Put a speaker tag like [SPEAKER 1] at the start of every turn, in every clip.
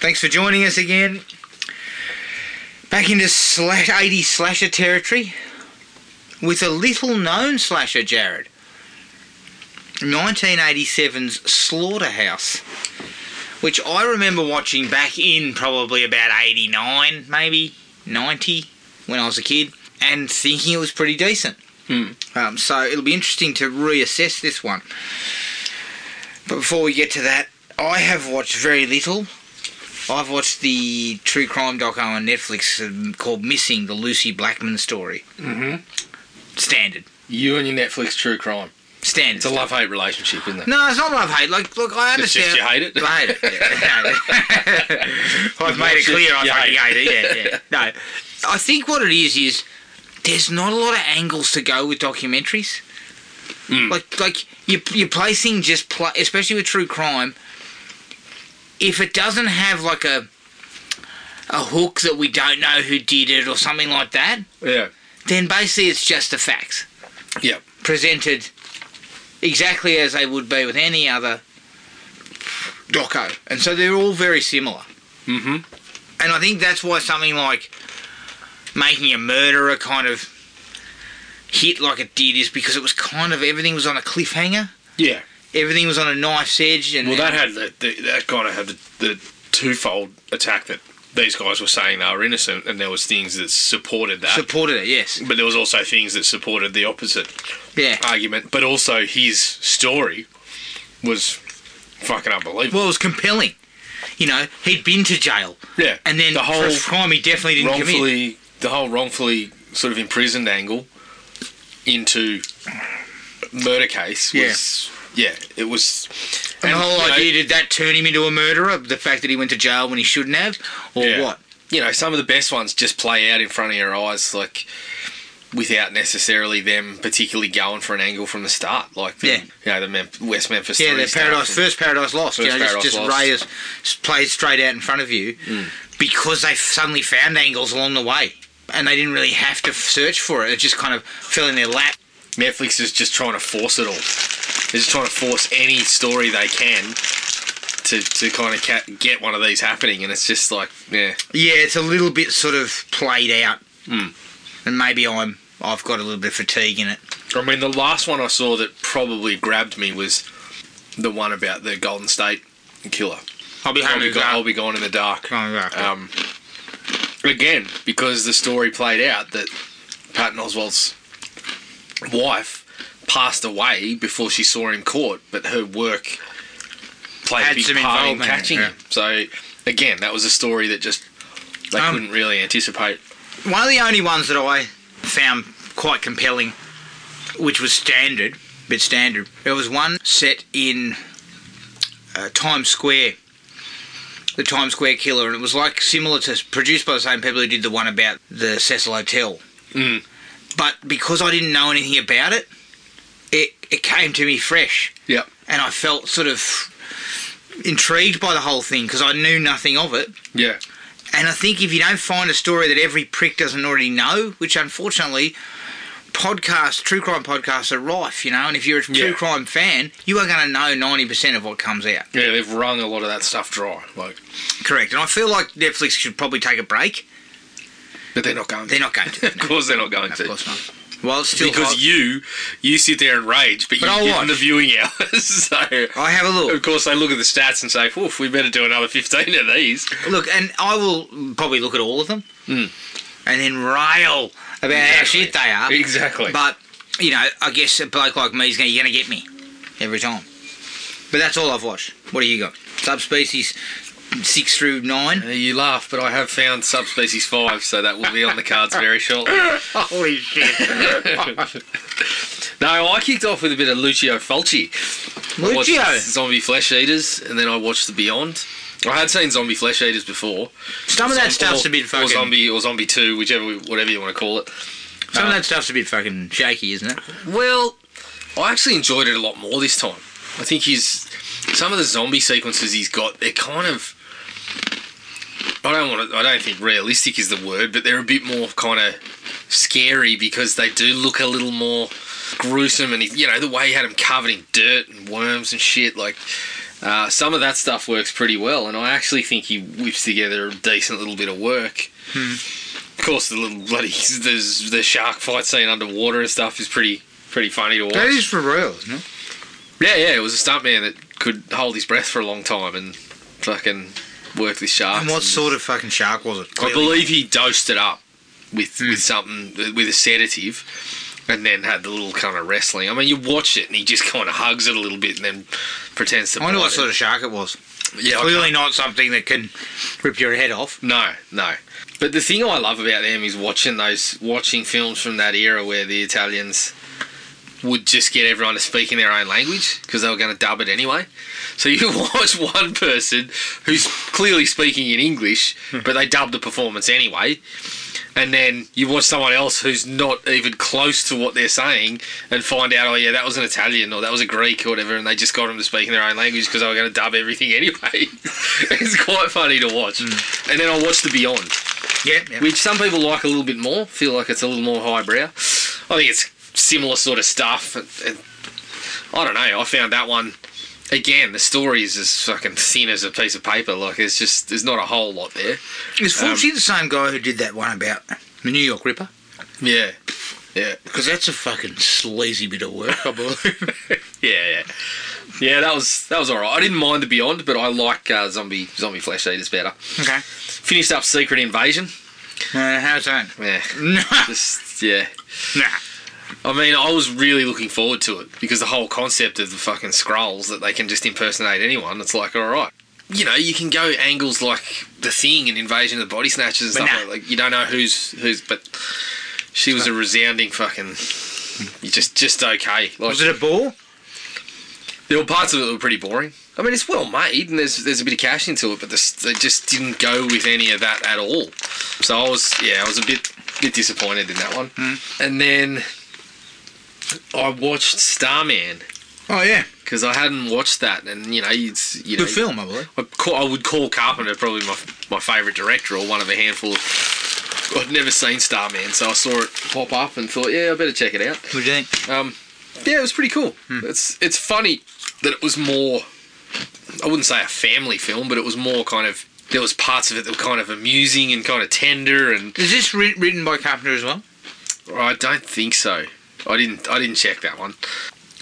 [SPEAKER 1] Thanks for joining us again. Back into slash 80 slasher territory with a little known slasher, Jared. 1987's Slaughterhouse, which I remember watching back in probably about 89, maybe 90, when I was a kid, and thinking it was pretty decent.
[SPEAKER 2] Hmm.
[SPEAKER 1] Um, so it'll be interesting to reassess this one. But before we get to that, I have watched very little. I've watched the true crime doco on Netflix um, called Missing the Lucy Blackman story.
[SPEAKER 2] Mm-hmm.
[SPEAKER 1] Standard.
[SPEAKER 2] You and your Netflix true crime.
[SPEAKER 1] Standard.
[SPEAKER 2] It's a love hate relationship, isn't it?
[SPEAKER 1] No, it's not love hate. Like, look, I
[SPEAKER 2] It's just
[SPEAKER 1] understand.
[SPEAKER 2] you hate it.
[SPEAKER 1] I hate it. Yeah. I've made it clear I
[SPEAKER 2] You
[SPEAKER 1] fucking
[SPEAKER 2] hate
[SPEAKER 1] hate it. Yeah, yeah. No, I think what it is is there's not a lot of angles to go with documentaries.
[SPEAKER 2] Mm.
[SPEAKER 1] Like, like you you're placing just pla especially with true crime. If it doesn't have like a a hook that we don't know who did it or something like that,
[SPEAKER 2] Yeah.
[SPEAKER 1] then basically it's just the facts
[SPEAKER 2] Yeah.
[SPEAKER 1] presented exactly as they would be with any other doco. And so they're all very similar.
[SPEAKER 2] Mm-hmm.
[SPEAKER 1] And I think that's why something like making a murderer kind of hit like it did is because it was kind of everything was on a cliffhanger.
[SPEAKER 2] Yeah.
[SPEAKER 1] Everything was on a knife's edge and
[SPEAKER 2] Well, that had the, the, that kind of had the, the twofold attack that these guys were saying they were innocent, and there was things that supported that,
[SPEAKER 1] supported it, yes.
[SPEAKER 2] but there was also things that supported the opposite
[SPEAKER 1] Yeah.
[SPEAKER 2] argument. But also, his story was fucking unbelievable.
[SPEAKER 1] Well it was compelling. You know, he'd been to jail
[SPEAKER 2] yeah,
[SPEAKER 1] and then
[SPEAKER 2] the whole
[SPEAKER 1] for a crime he definitely didn't commit.
[SPEAKER 2] wrongfully, the whole wrongfully sort of imprisoned angle into murder case was. Yeah, it was.
[SPEAKER 1] And the whole
[SPEAKER 2] you know,
[SPEAKER 1] idea did that turn him into a murderer? The fact that he went to jail when he shouldn't have, or
[SPEAKER 2] Yeah.
[SPEAKER 1] what?
[SPEAKER 2] you know, some of the best ones just play out in front of your eyes, like without necessarily them particularly going for an angle from the start. Like, the,
[SPEAKER 1] Yeah.
[SPEAKER 2] you know, the Mem- West Memphis.
[SPEAKER 1] Yeah,
[SPEAKER 2] Three
[SPEAKER 1] the
[SPEAKER 2] stuff
[SPEAKER 1] paradise
[SPEAKER 2] and-
[SPEAKER 1] first paradise lost. you know,
[SPEAKER 2] First Paradise
[SPEAKER 1] just, just
[SPEAKER 2] Lost. Hmm.
[SPEAKER 1] Ray is s- played straight out in front of you because they suddenly found angles along the way, and they didn't really have to f- search for it. It just kind of fell in their lap.
[SPEAKER 2] Netflix is just trying to force it all. They're just trying to force any story they can to, to kind of ca- get one of these happening, and it's just like, yeah,
[SPEAKER 1] Yeah, it's a little bit sort of played out,
[SPEAKER 2] Mm.
[SPEAKER 1] and maybe I'm I've got a little bit of fatigue in it.
[SPEAKER 2] I mean, the last one I saw that probably grabbed me was the one about the Golden State Killer.
[SPEAKER 1] I'll be
[SPEAKER 2] I'll
[SPEAKER 1] home.
[SPEAKER 2] be,
[SPEAKER 1] in
[SPEAKER 2] go-
[SPEAKER 1] the
[SPEAKER 2] I'll
[SPEAKER 1] dark.
[SPEAKER 2] be gone in the dark.
[SPEAKER 1] Gone in the dark.
[SPEAKER 2] Um, again, because the story played out that Patton Oswald's wife passed away before she saw him caught, but her work played
[SPEAKER 1] Had
[SPEAKER 2] a big
[SPEAKER 1] some
[SPEAKER 2] part in
[SPEAKER 1] involvement in it,
[SPEAKER 2] catching him. So, again, that was a story that just they
[SPEAKER 1] Um,
[SPEAKER 2] couldn't really anticipate.
[SPEAKER 1] One of the only ones that I found quite compelling, which was standard, a bit standard, there was one set in uh, Times Square, the Times Square killer, and it was like similar to, produced by the same people who did the one about the Cecil Hotel.
[SPEAKER 2] Mm.
[SPEAKER 1] But because I didn't know anything about it, it, it came to me fresh,
[SPEAKER 2] Yeah.
[SPEAKER 1] and I felt sort of intrigued by the whole thing because I knew nothing of it.
[SPEAKER 2] Yeah.
[SPEAKER 1] And I think if you don't find a story that every prick doesn't already know, which unfortunately podcasts, true crime podcasts are rife, you know, and if you're a true
[SPEAKER 2] Yeah.
[SPEAKER 1] crime fan, you are going to know 90% of what comes out.
[SPEAKER 2] Yeah, they've wrung a lot of that stuff dry. Like,
[SPEAKER 1] Correct. And I feel like Netflix should probably take a break.
[SPEAKER 2] but they're not going.
[SPEAKER 1] They're not going to.
[SPEAKER 2] of course, they're not going
[SPEAKER 1] No,
[SPEAKER 2] to.
[SPEAKER 1] of course not. Well, it's still
[SPEAKER 2] because
[SPEAKER 1] hot.
[SPEAKER 2] you you sit there and rage, but,
[SPEAKER 1] But I'll
[SPEAKER 2] you get
[SPEAKER 1] watch.
[SPEAKER 2] in the viewing hours. so
[SPEAKER 1] I have a
[SPEAKER 2] of
[SPEAKER 1] look.
[SPEAKER 2] course they look at the stats and say, "Oof, we better do another fifteen of these."
[SPEAKER 1] Look, and I will probably look at all of them
[SPEAKER 2] Mm.
[SPEAKER 1] and then rail about how
[SPEAKER 2] Exactly.
[SPEAKER 1] shit they are.
[SPEAKER 2] Exactly.
[SPEAKER 1] But you know, I guess a bloke like me is going you're going to get me every time. But that's all I've watched. What do you got? Subspecies six through nine.
[SPEAKER 2] Uh, you laugh, but I have found subspecies five, so that will be on the cards very shortly.
[SPEAKER 1] Holy shit!
[SPEAKER 2] No, I kicked off with a bit of Lucio Fulci. I watched
[SPEAKER 1] Lucio,
[SPEAKER 2] Zombie Flesh Eaters, and then I watched The Beyond. I had seen Zombie Flesh Eaters before.
[SPEAKER 1] some of that stuff's
[SPEAKER 2] or,
[SPEAKER 1] a bit
[SPEAKER 2] Or
[SPEAKER 1] fucking.
[SPEAKER 2] Zombie or Zombie Two, whichever, whatever you want to call it.
[SPEAKER 1] Some of that stuff's a bit fucking shaky, isn't it?
[SPEAKER 2] Well, I actually enjoyed it a lot more this time. I think he's some of the zombie sequences he's got. They're kind of I don't want to. I don't think realistic is the word, but they're a bit more kind of scary because they do look a little more gruesome. And he, you know the way he had him covered in dirt and worms and shit, like Uh, some of that stuff works pretty well, and I actually think he whips together a decent little bit of work.
[SPEAKER 1] Hmm.
[SPEAKER 2] Of course, the little bloody there's the shark fight scene underwater and stuff is pretty pretty funny to watch.
[SPEAKER 1] That is for real, isn't it?
[SPEAKER 2] Yeah, yeah, it was a stuntman that could hold his breath for a long time and fucking work this shark.
[SPEAKER 1] And what sort of fucking shark was it?
[SPEAKER 2] I believe he dosed it up with
[SPEAKER 1] Hmm.
[SPEAKER 2] with something with a sedative, and then had the little kind of wrestling. I mean, you watch it and he just kind of hugs it a little bit and then pretends to.
[SPEAKER 1] I wonder
[SPEAKER 2] bite
[SPEAKER 1] what
[SPEAKER 2] it.
[SPEAKER 1] sort of shark it was.
[SPEAKER 2] Yeah, I
[SPEAKER 1] Clearly not something that can rip your head off.
[SPEAKER 2] No, no. But the thing I love about them is watching those watching films from that era where the Italians would just get everyone to speak in their own language because they were going to dub it anyway. So you watch one person who's clearly speaking in English, but they dub the performance anyway. And then you watch someone else who's not even close to what they're saying and find out, oh, yeah, that was an Italian or that was a Greek or whatever, and they just got them to speak in their own language because they were going to dub everything anyway. it's quite funny to watch. And then I watched The Beyond
[SPEAKER 1] Yeah, yeah.
[SPEAKER 2] which some people like a little bit more. Feel like it's a little more highbrow. I think it's similar sort of stuff. And, and I don't know. I found that one again. The story is as fucking thin as a piece of paper. Like it's just there's not a whole lot there.
[SPEAKER 1] Is Fulci the same guy who did that one about Um, the New York Ripper?
[SPEAKER 2] Yeah, yeah,
[SPEAKER 1] Because that's a fucking sleazy bit of work, I believe.
[SPEAKER 2] yeah, yeah. Yeah, that was that was alright. I didn't mind the Beyond, but I like uh, zombie zombie flesh eaters better.
[SPEAKER 1] okay.
[SPEAKER 2] Finished up Secret Invasion.
[SPEAKER 1] Uh, how's that?
[SPEAKER 2] Yeah,
[SPEAKER 1] nah.
[SPEAKER 2] just yeah.
[SPEAKER 1] nah.
[SPEAKER 2] I mean, I was really looking forward to it because the whole concept of the fucking scrolls that they can just impersonate anyone, it's like, all right. You know, you can go angles like the thing and invasion of the body snatchers and
[SPEAKER 1] But
[SPEAKER 2] stuff
[SPEAKER 1] nah.
[SPEAKER 2] like, like you don't know who's who's but she was a resounding fucking you just just okay. Like
[SPEAKER 1] Was it a ball?
[SPEAKER 2] there were parts of it that were pretty boring. I mean, it's well made and there's there's a bit of cash into it, but this, they just didn't go with any of that at all. So I was yeah, I was a bit bit disappointed in that one.
[SPEAKER 1] Hmm.
[SPEAKER 2] And then I watched Starman
[SPEAKER 1] Oh, yeah.
[SPEAKER 2] because I hadn't watched that, and you know, it's you know,
[SPEAKER 1] Good film, I believe.
[SPEAKER 2] I, call, I would call Carpenter probably my my favourite director or one of a handful. of... I'd never seen Starman, so I saw it pop up and thought, yeah, I better check it out.
[SPEAKER 1] What do you think?
[SPEAKER 2] Um, yeah, it was pretty cool.
[SPEAKER 1] Hmm.
[SPEAKER 2] It's it's funny that it was more. I wouldn't say a family film, but it was more kind of. There was parts of it that were kind of amusing and kind of tender, and
[SPEAKER 1] Is this writ written by Carpenter as well?
[SPEAKER 2] I don't think so. I didn't. I didn't check that one.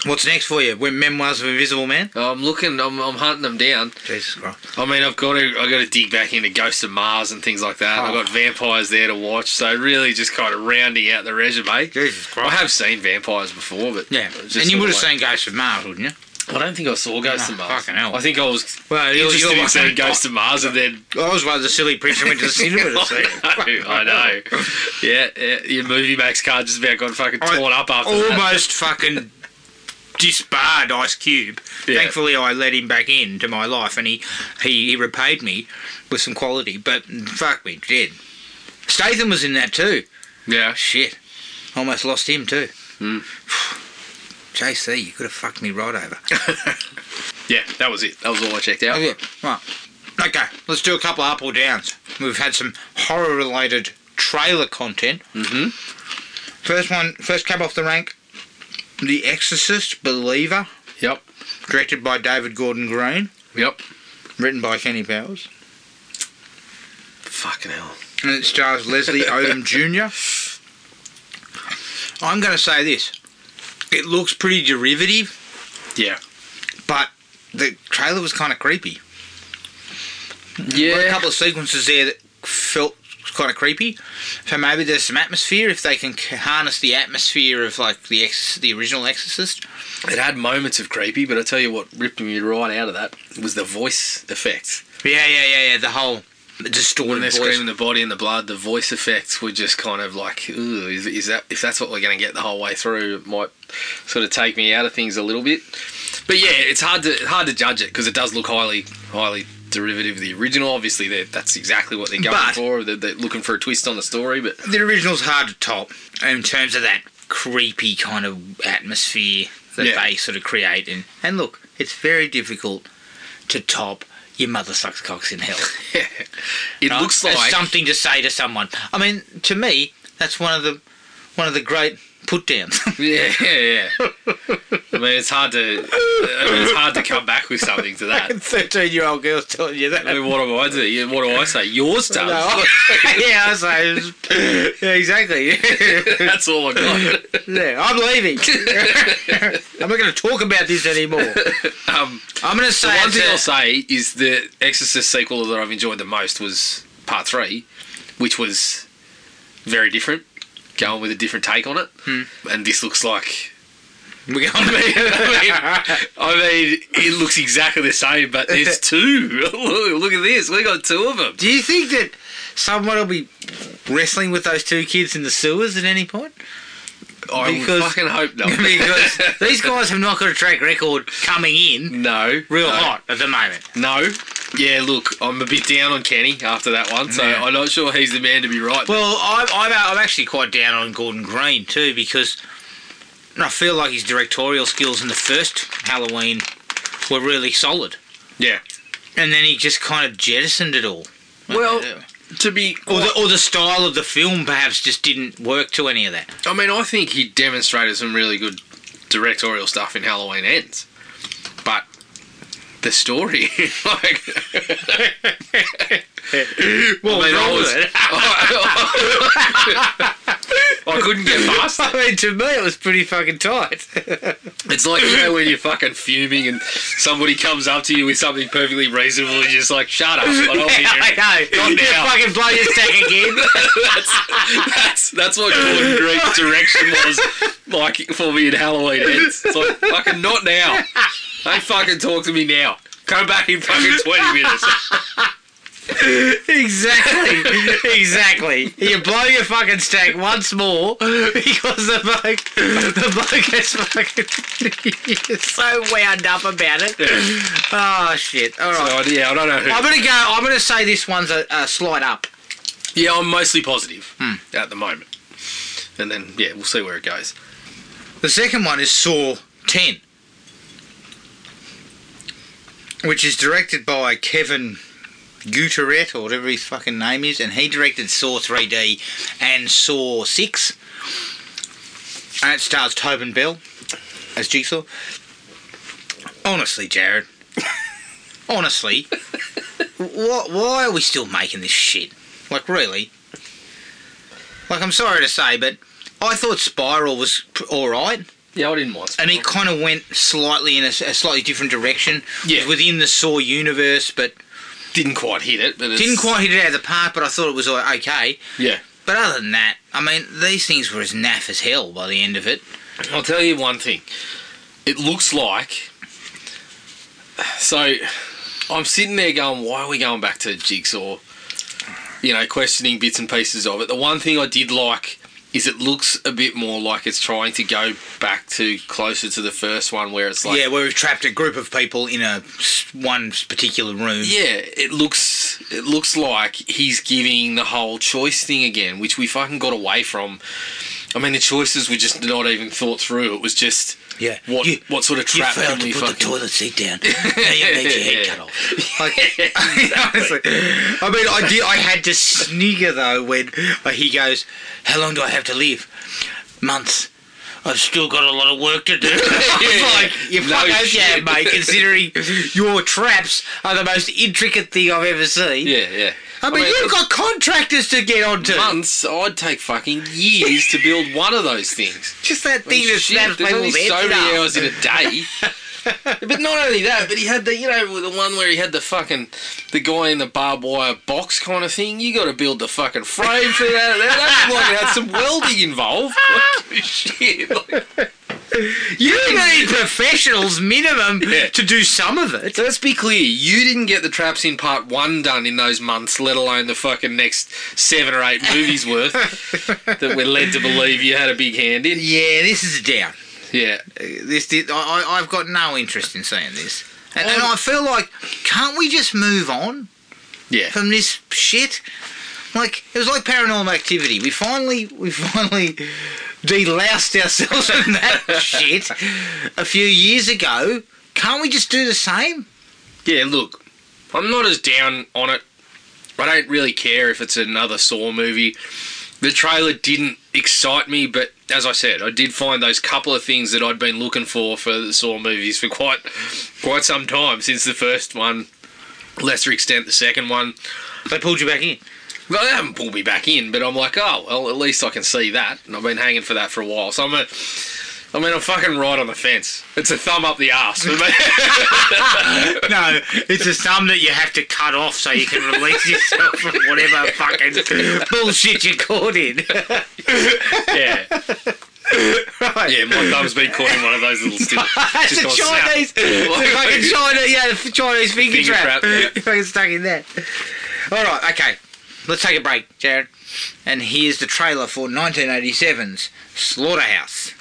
[SPEAKER 1] What's next for you? When Memoirs of Invisible Man?
[SPEAKER 2] I'm looking. I'm, I'm hunting them down.
[SPEAKER 1] Oh, Jesus Christ.
[SPEAKER 2] I mean, I've got to. I got to dig back into Ghosts of Mars and things like that. I've
[SPEAKER 1] Oh.
[SPEAKER 2] got vampires there to watch. So really, just kind of rounding out the resume.
[SPEAKER 1] Jesus
[SPEAKER 2] I
[SPEAKER 1] Christ.
[SPEAKER 2] have seen vampires before, but
[SPEAKER 1] Yeah.
[SPEAKER 2] it was just
[SPEAKER 1] And you
[SPEAKER 2] sort
[SPEAKER 1] would
[SPEAKER 2] of
[SPEAKER 1] have
[SPEAKER 2] like-
[SPEAKER 1] seen Ghosts of Mars, wouldn't you?
[SPEAKER 2] I don't think I saw Ghosts of
[SPEAKER 1] Nah,
[SPEAKER 2] Mars.
[SPEAKER 1] fucking hell.
[SPEAKER 2] I think I was
[SPEAKER 1] Well,
[SPEAKER 2] You're just
[SPEAKER 1] one
[SPEAKER 2] in
[SPEAKER 1] of
[SPEAKER 2] seeing
[SPEAKER 1] the-
[SPEAKER 2] Ghost of Mars and then.
[SPEAKER 1] I was one of the silly pricks who went to the cinema to see it.
[SPEAKER 2] I know, I know. Yeah, yeah, your movie max card just about got fucking
[SPEAKER 1] I
[SPEAKER 2] torn up after that.
[SPEAKER 1] almost fucking disbarred Ice Cube.
[SPEAKER 2] Yeah.
[SPEAKER 1] Thankfully, I let him back into my life, and he, he he repaid me with some quality. But fuck me, dead. Statham was in that too.
[SPEAKER 2] Yeah,
[SPEAKER 1] Shit, almost lost him too. JC, you could have fucked me right over.
[SPEAKER 2] yeah, that was it. That was all I checked out.
[SPEAKER 1] Okay, right. Okay, let's do a couple of up or downs. We've had some horror related trailer content.
[SPEAKER 2] Mhm.
[SPEAKER 1] First one, first cab off the rank The Exorcist Believer,
[SPEAKER 2] Yep,
[SPEAKER 1] directed by David Gordon Green,
[SPEAKER 2] yep.
[SPEAKER 1] written by Kenny Powers.
[SPEAKER 2] Fucking hell.
[SPEAKER 1] And it stars Leslie Odom Jr. I'm going to say this it looks pretty derivative,
[SPEAKER 2] Yeah.
[SPEAKER 1] but the trailer was kind of creepy. There were a
[SPEAKER 2] Yeah.
[SPEAKER 1] couple of sequences there that felt kind of creepy. So maybe there's some atmosphere if they can c- harness the atmosphere of like the ex- the original Exorcist.
[SPEAKER 2] It had moments of creepy, but I tell you what ripped me right out of that was the voice effect.
[SPEAKER 1] Yeah, yeah, yeah, yeah. The whole distorted
[SPEAKER 2] When they're
[SPEAKER 1] voice.
[SPEAKER 2] screaming the body and the blood, the voice effects were just kind of like, ooh, is, is that if that's what we're going to get the whole way through, it might sort of take me out of things a little bit. But yeah, it's hard to hard to judge it because it does look highly highly derivative of the original. Obviously, they're- that's exactly what they're going
[SPEAKER 1] But-
[SPEAKER 2] for. They're, they're looking for a twist on the story, but
[SPEAKER 1] The original's hard to top in terms of that creepy kind of atmosphere that
[SPEAKER 2] Yeah.
[SPEAKER 1] they sort of create. And, and look, it's very difficult to top your mother sucks cocks in hell.
[SPEAKER 2] it
[SPEAKER 1] Right?
[SPEAKER 2] looks
[SPEAKER 1] It's
[SPEAKER 2] like
[SPEAKER 1] something to say to someone. I mean, to me, that's one of the one of the great put downs.
[SPEAKER 2] Yeah, yeah, yeah. I mean, it's hard to. I mean, it's hard to come back with something to that.
[SPEAKER 1] Thirteen-year-old girls telling you that.
[SPEAKER 2] I mean, what do I do? Yeah, What do I say? Yours
[SPEAKER 1] No,
[SPEAKER 2] does.
[SPEAKER 1] I- yeah, I was like, yeah, exactly.
[SPEAKER 2] That's all I got.
[SPEAKER 1] yeah, I'm leaving. I'm not going to talk about this anymore.
[SPEAKER 2] Um,
[SPEAKER 1] I'm going
[SPEAKER 2] the
[SPEAKER 1] to say
[SPEAKER 2] one
[SPEAKER 1] it's
[SPEAKER 2] thing
[SPEAKER 1] a-
[SPEAKER 2] I'll say is the Exorcist sequel that I've enjoyed the most was Part Three, which was very different, going with a different take on it.
[SPEAKER 1] Hmm.
[SPEAKER 2] And this looks like.
[SPEAKER 1] we're
[SPEAKER 2] I mean,
[SPEAKER 1] going
[SPEAKER 2] I mean, I mean, it looks exactly the same, but there's two. look, look at this. We got two of them.
[SPEAKER 1] Do you think that someone will be wrestling with those two kids in the sewers at any point?
[SPEAKER 2] I would
[SPEAKER 1] Because-
[SPEAKER 2] fucking hope not.
[SPEAKER 1] because these guys have not got a track record coming in
[SPEAKER 2] no,
[SPEAKER 1] real
[SPEAKER 2] no.
[SPEAKER 1] hot at the moment.
[SPEAKER 2] No. Yeah, look, I'm a bit down on Kenny after that one, so
[SPEAKER 1] Yeah.
[SPEAKER 2] I'm not sure he's the man to be right.
[SPEAKER 1] Well, I'm, I'm, I'm actually quite down on Gordon Green too because I feel like his directorial skills in the first Halloween were really solid,
[SPEAKER 2] yeah.
[SPEAKER 1] and then he just kind of jettisoned it all.
[SPEAKER 2] Well, to be,
[SPEAKER 1] or the, or the style of the film perhaps just didn't work to any of that.
[SPEAKER 2] I mean, I think he demonstrated some really good directorial stuff in Halloween Ends, but the story, like,
[SPEAKER 1] Well,
[SPEAKER 2] I mean, I was, I couldn't get past it.
[SPEAKER 1] I mean, to me, it was pretty fucking tight.
[SPEAKER 2] It's like you know when you're fucking fuming and somebody comes up to you with something perfectly reasonable, and you're just like, "Shut up!" I don't want to hear it."
[SPEAKER 1] I know.
[SPEAKER 2] Not
[SPEAKER 1] You
[SPEAKER 2] now.
[SPEAKER 1] fucking blow your stack again.
[SPEAKER 2] that's, that's that's what Gordon Green's direction was like for me in Halloween Ends. It's like fucking not now. Don't fucking talk to me now. Come back in fucking twenty minutes.
[SPEAKER 1] Exactly. exactly. You blow your fucking stack once more because the bloke, the bloke is fucking so wound up about it. Oh shit. All right.
[SPEAKER 2] Oh, yeah, I don't know.
[SPEAKER 1] I'm
[SPEAKER 2] Who.
[SPEAKER 1] gonna go. I'm gonna say this one's a, a slight up.
[SPEAKER 2] Yeah, I'm mostly positive at the moment, and then yeah, we'll see where it goes.
[SPEAKER 1] The second one is Saw 10, which is directed by Kevin Guterret, or whatever his fucking name is, and he directed Saw 3D and Saw 6. And it stars Tobin Bell as Jigsaw. Honestly, Jared. honestly. wh- why are we still making this shit? Like, really? Like, I'm sorry to say, but I thought Spiral was all right,
[SPEAKER 2] Yeah, I didn't mind.
[SPEAKER 1] and it kind of went slightly in a, a slightly different direction.
[SPEAKER 2] Yeah.
[SPEAKER 1] It was within the Saw universe, but
[SPEAKER 2] didn't quite hit it, but it's,
[SPEAKER 1] didn't quite hit it out of the park. But I thought it was all- okay.
[SPEAKER 2] Yeah,
[SPEAKER 1] But other than that, I mean, these things were as naff as hell by the end of it.
[SPEAKER 2] I'll tell you one thing. It looks like. So, I'm sitting there going, why are we going back to Jigsaw? You know, questioning bits and pieces of it. The one thing I did like is it looks a bit more like it's trying to go back to closer to the first one where it's like.
[SPEAKER 1] yeah, where we've trapped a group of people in a s- one particular room.
[SPEAKER 2] Yeah, it looks it looks like he's giving the whole choice thing again, which we fucking got away from. I mean, the choices were just not even thought through. It was just
[SPEAKER 1] Yeah.
[SPEAKER 2] what
[SPEAKER 1] You-
[SPEAKER 2] what sort of
[SPEAKER 1] You
[SPEAKER 2] trap
[SPEAKER 1] failed
[SPEAKER 2] can
[SPEAKER 1] to
[SPEAKER 2] we
[SPEAKER 1] put the
[SPEAKER 2] fucking
[SPEAKER 1] toilet seat down. Now you made your head
[SPEAKER 2] Yeah.
[SPEAKER 1] cut off. Like, honestly, I mean, I did. I had to snigger though when uh, he goes, "How long do I have to live? Months. I've still got a lot of work to do."
[SPEAKER 2] Yeah.
[SPEAKER 1] I'm like, you
[SPEAKER 2] No
[SPEAKER 1] fuck oath you have,
[SPEAKER 2] shit.
[SPEAKER 1] mate. Considering your traps are the most intricate thing I've ever seen.
[SPEAKER 2] Yeah, yeah.
[SPEAKER 1] I mean, you've got contractors to get onto.
[SPEAKER 2] months. I'd take fucking years to build one of those things.
[SPEAKER 1] Just that
[SPEAKER 2] I mean,
[SPEAKER 1] thing that
[SPEAKER 2] shit,
[SPEAKER 1] snaps
[SPEAKER 2] there's only
[SPEAKER 1] people's heads
[SPEAKER 2] so many
[SPEAKER 1] up.
[SPEAKER 2] hours in a day. but not only that, but he had the you know the one where he had the fucking the guy in the barbed wire box kind of thing. You got to build the fucking frame for that. That looked like it had some welding involved. Like, shit. Like,
[SPEAKER 1] You need professionals minimum
[SPEAKER 2] Yeah.
[SPEAKER 1] to do some of it.
[SPEAKER 2] so let's be clear. You didn't get the traps in part one done in those months, let alone the fucking next seven or eight movies worth that we're led to believe you had a big hand in.
[SPEAKER 1] Yeah, this is a down.
[SPEAKER 2] Yeah.
[SPEAKER 1] Uh, This, this I, I, I've got no interest in seeing this, and, and I feel like can't we just move on
[SPEAKER 2] Yeah.
[SPEAKER 1] from this shit? Like it was like Paranormal Activity. We finally, we finally deloused ourselves from that shit a few years ago. Can't we just do the same?
[SPEAKER 2] Yeah, look, I'm not as down on it. I don't really care if it's another Saw movie. The trailer didn't excite me, but as I said, I did find those couple of things that I'd been looking for for the Saw movies for quite quite some time since the first one, lesser extent the second one.
[SPEAKER 1] They pulled you back in.
[SPEAKER 2] Well, they haven't pulled me back in, but I'm like, oh well, at least I can see that, and I've been hanging for that for a while. So I'm a, I mean, I'm fucking right on the fence. It's a thumb up the ass for me.
[SPEAKER 1] No, it's a thumb that you have to cut off so you can release yourself from whatever fucking bullshit you're caught in.
[SPEAKER 2] yeah. Yeah, my thumb's been caught in one of those little still.
[SPEAKER 1] That's the
[SPEAKER 2] gone snap.
[SPEAKER 1] Chinese, the fucking China, yeah, the Chinese finger,
[SPEAKER 2] Finger
[SPEAKER 1] trap.
[SPEAKER 2] trap, yeah.
[SPEAKER 1] You're fucking stuck in that. All right, okay, let's take a break, Jared. And here's the trailer for 1987's Slaughterhouse.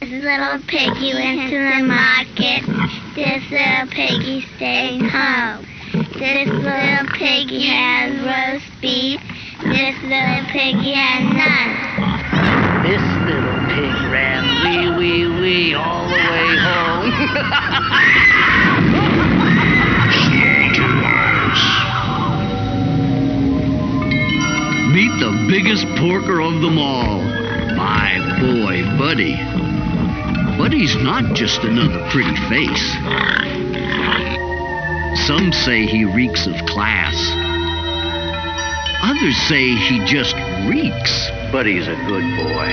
[SPEAKER 3] This little piggy went to the market. This little piggy stayed home. This little piggy has roast beef. This little piggy has none.
[SPEAKER 4] This little pig ran wee wee wee all the way home. Meet the biggest porker of them all, my boy Buddy. Buddy's not just another pretty face. Some say he reeks of class. Others say he just reeks. Buddy's a good boy,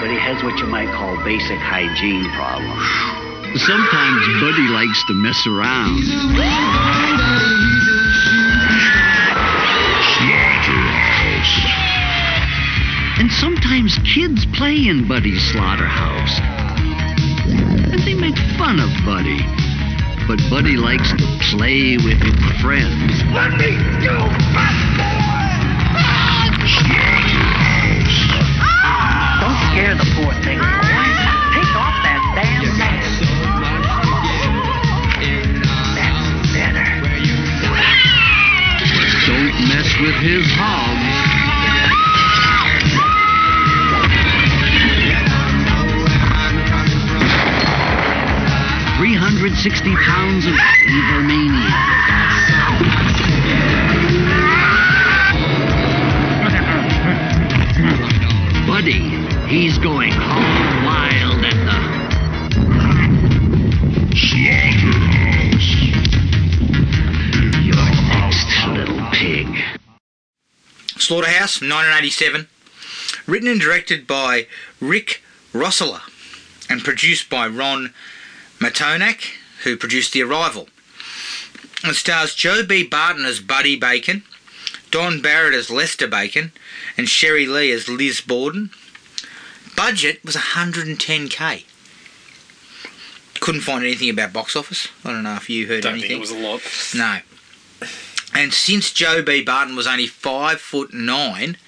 [SPEAKER 4] but he has what you might call basic hygiene problems. Sometimes Buddy likes to mess around. And sometimes kids play in Buddy's slaughterhouse. And they make fun of Buddy. But Buddy likes to play with his friends. Don't scare the poor thing, boy. Take off that damn mask. That's better. Don't mess with his hog. Three hundred sixty pounds of evil mania. Buddy, he's going hog wild at the slaughterhouse. You're next, little pig.
[SPEAKER 1] Slaughterhouse, 1987. Written and directed by Rick Rossler and produced by Ron Matonak, who produced The Arrival. It stars Joe B. Barton as Buddy Bacon, Don Barrett as Lester Bacon, and Sherry Lee as Liz Borden. Budget was 110k. Couldn't find anything about box office. I don't know if you heard
[SPEAKER 2] Don't
[SPEAKER 1] anything.
[SPEAKER 2] think it was a lot.
[SPEAKER 1] No. And since Joe B. Barton was only five foot nine,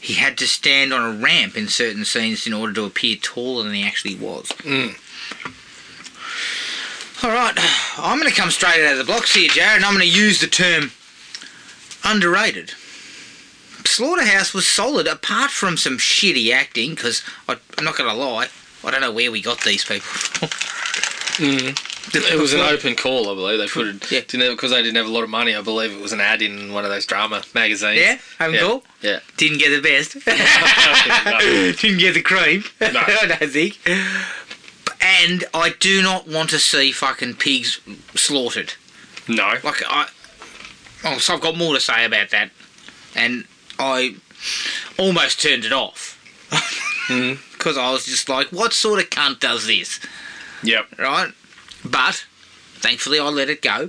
[SPEAKER 1] he had to stand on a ramp in certain scenes in order to appear taller than he actually was.
[SPEAKER 2] Mm.
[SPEAKER 1] All right, I'm going to come straight out of the blocks here, Jared, and I'm going to use the term underrated. Slaughterhouse was solid, apart from some shitty acting, because I'm not going to lie, I don't know where we got these people from.
[SPEAKER 2] It was an open call, I believe. They put it
[SPEAKER 1] Yeah.
[SPEAKER 2] didn't because they didn't have a lot of money. I believe it was an ad in one of those drama magazines.
[SPEAKER 1] Yeah, open
[SPEAKER 2] yeah.
[SPEAKER 1] call?
[SPEAKER 2] Yeah.
[SPEAKER 1] Didn't get the best. Didn't get the cream.
[SPEAKER 2] No.
[SPEAKER 1] I don't think. And I do not want to see fucking pigs slaughtered.
[SPEAKER 2] No.
[SPEAKER 1] Like I, oh, so I've got more to say about that, and I almost turned it off
[SPEAKER 2] Mhm.
[SPEAKER 1] because I was just like, "What sort of cunt does this?"
[SPEAKER 2] Yep.
[SPEAKER 1] right? But thankfully, I let it go.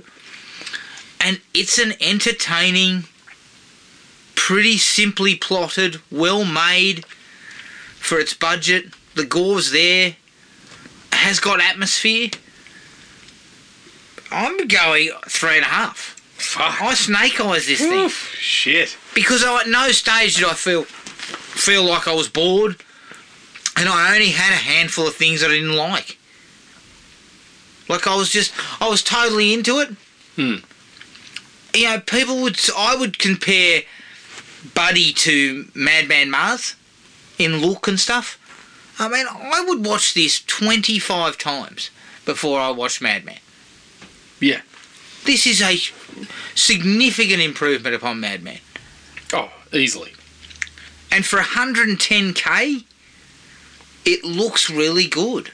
[SPEAKER 1] And it's an entertaining, pretty simply plotted, well made for its budget. The gore's there, has got atmosphere. I'm going three and a half.
[SPEAKER 2] Fuck.
[SPEAKER 1] I snake eyes this thing
[SPEAKER 2] Oof. Shit.
[SPEAKER 1] because I, at no stage did I feel feel like I was bored, and I only had a handful of things that I didn't like. Like I was just, I was totally into it.
[SPEAKER 2] Hmm.
[SPEAKER 1] You know, people would, I would compare Buddy to Madman Mars in look and stuff. I mean, I would watch this twenty five times before I watched Madman.
[SPEAKER 2] Yeah.
[SPEAKER 1] This is a significant improvement upon Madman.
[SPEAKER 2] Oh, easily.
[SPEAKER 1] And for 110k, it looks really good.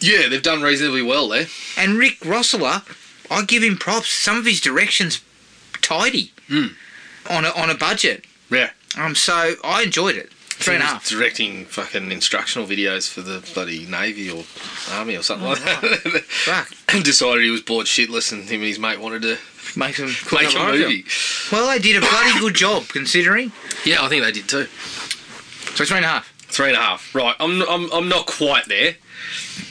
[SPEAKER 2] Yeah, they've done reasonably well there.
[SPEAKER 1] And Rick Rossler, I give him props. Some of his directions tidy
[SPEAKER 2] Hmm.
[SPEAKER 1] on a, on a budget.
[SPEAKER 2] Yeah.
[SPEAKER 1] Um. So I enjoyed it. Three and a
[SPEAKER 2] He was
[SPEAKER 1] half.
[SPEAKER 2] Directing fucking instructional videos for the bloody Navy or Army or something like that.
[SPEAKER 1] Fuck.
[SPEAKER 2] and decided he was bored shitless and him and his mate wanted to
[SPEAKER 1] Make some
[SPEAKER 2] make a movie.
[SPEAKER 1] Well, they did a bloody good job considering.
[SPEAKER 2] Yeah, I think they did too.
[SPEAKER 1] So three and a half.
[SPEAKER 2] Three and a half. Right, I'm, I'm, I'm not quite there.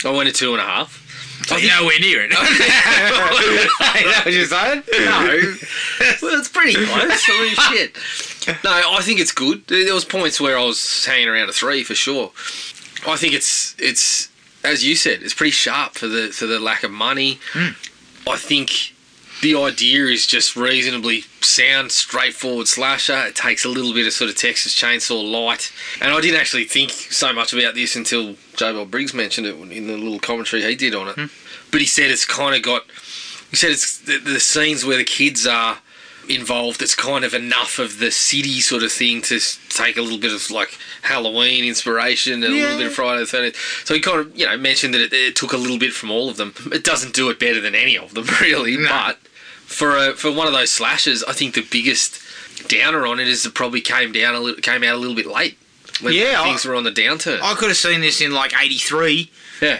[SPEAKER 2] I went to two and a half. I think-
[SPEAKER 1] nowhere near it. hey, that was your saying? No.
[SPEAKER 2] well, it's pretty close. I mean, shit. No, I think it's good. There there was points where I was hanging around a three for sure. I think it's it's as you said, it's pretty sharp for the for the lack of money. I think the idea is just reasonably sound, straightforward slasher. It takes a little bit of sort of Texas Chainsaw light, and I didn't actually think so much about this until J. Bob Briggs mentioned it in the little commentary he did on it. But he said it's kind of got. He said it's the, the scenes where the kids are involved that's kind of enough of the city sort of thing to s- take a little bit of like Halloween inspiration and a little bit of Friday the 13th. So he kind of, you know, mentioned that it, it took a little bit from all of them. It doesn't do it better than any of them, really, but for a, for one of those slashes, I think the biggest downer on it is it probably came down a little, came out a little bit late. When
[SPEAKER 1] Yeah,
[SPEAKER 2] things were on the downturn.
[SPEAKER 1] I could have seen this in like 83,
[SPEAKER 2] yeah.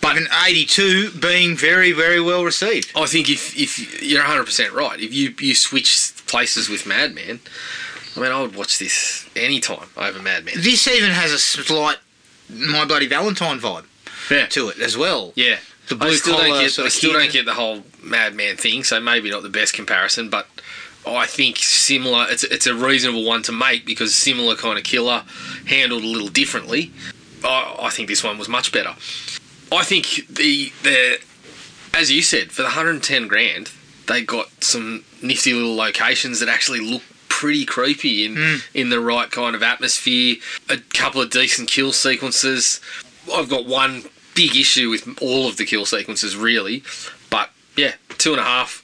[SPEAKER 1] but in 82 being very, very well received.
[SPEAKER 2] I think if, if you're 100 percent right, if you you switch places with Madman, I mean, I would watch this anytime over Madman.
[SPEAKER 1] This even has a slight My Bloody Valentine vibe
[SPEAKER 2] Yeah,
[SPEAKER 1] to it as well.
[SPEAKER 2] yeah.
[SPEAKER 1] The
[SPEAKER 2] I
[SPEAKER 1] blue
[SPEAKER 2] still
[SPEAKER 1] collar
[SPEAKER 2] don't get
[SPEAKER 1] sort
[SPEAKER 2] I
[SPEAKER 1] of
[SPEAKER 2] still
[SPEAKER 1] kid.
[SPEAKER 2] don't get the whole Madman thing, so maybe not the best comparison, but I think similar. It's it's a reasonable one to make because similar kind of killer handled a little differently. I, I think this one was much better. I think the the as you said for the 110 grand, they got some nifty little locations that actually look pretty creepy in
[SPEAKER 1] Hmm.
[SPEAKER 2] in the right kind of atmosphere. A couple of decent kill sequences. I've got one big issue with all of the kill sequences really, but yeah, two and a half.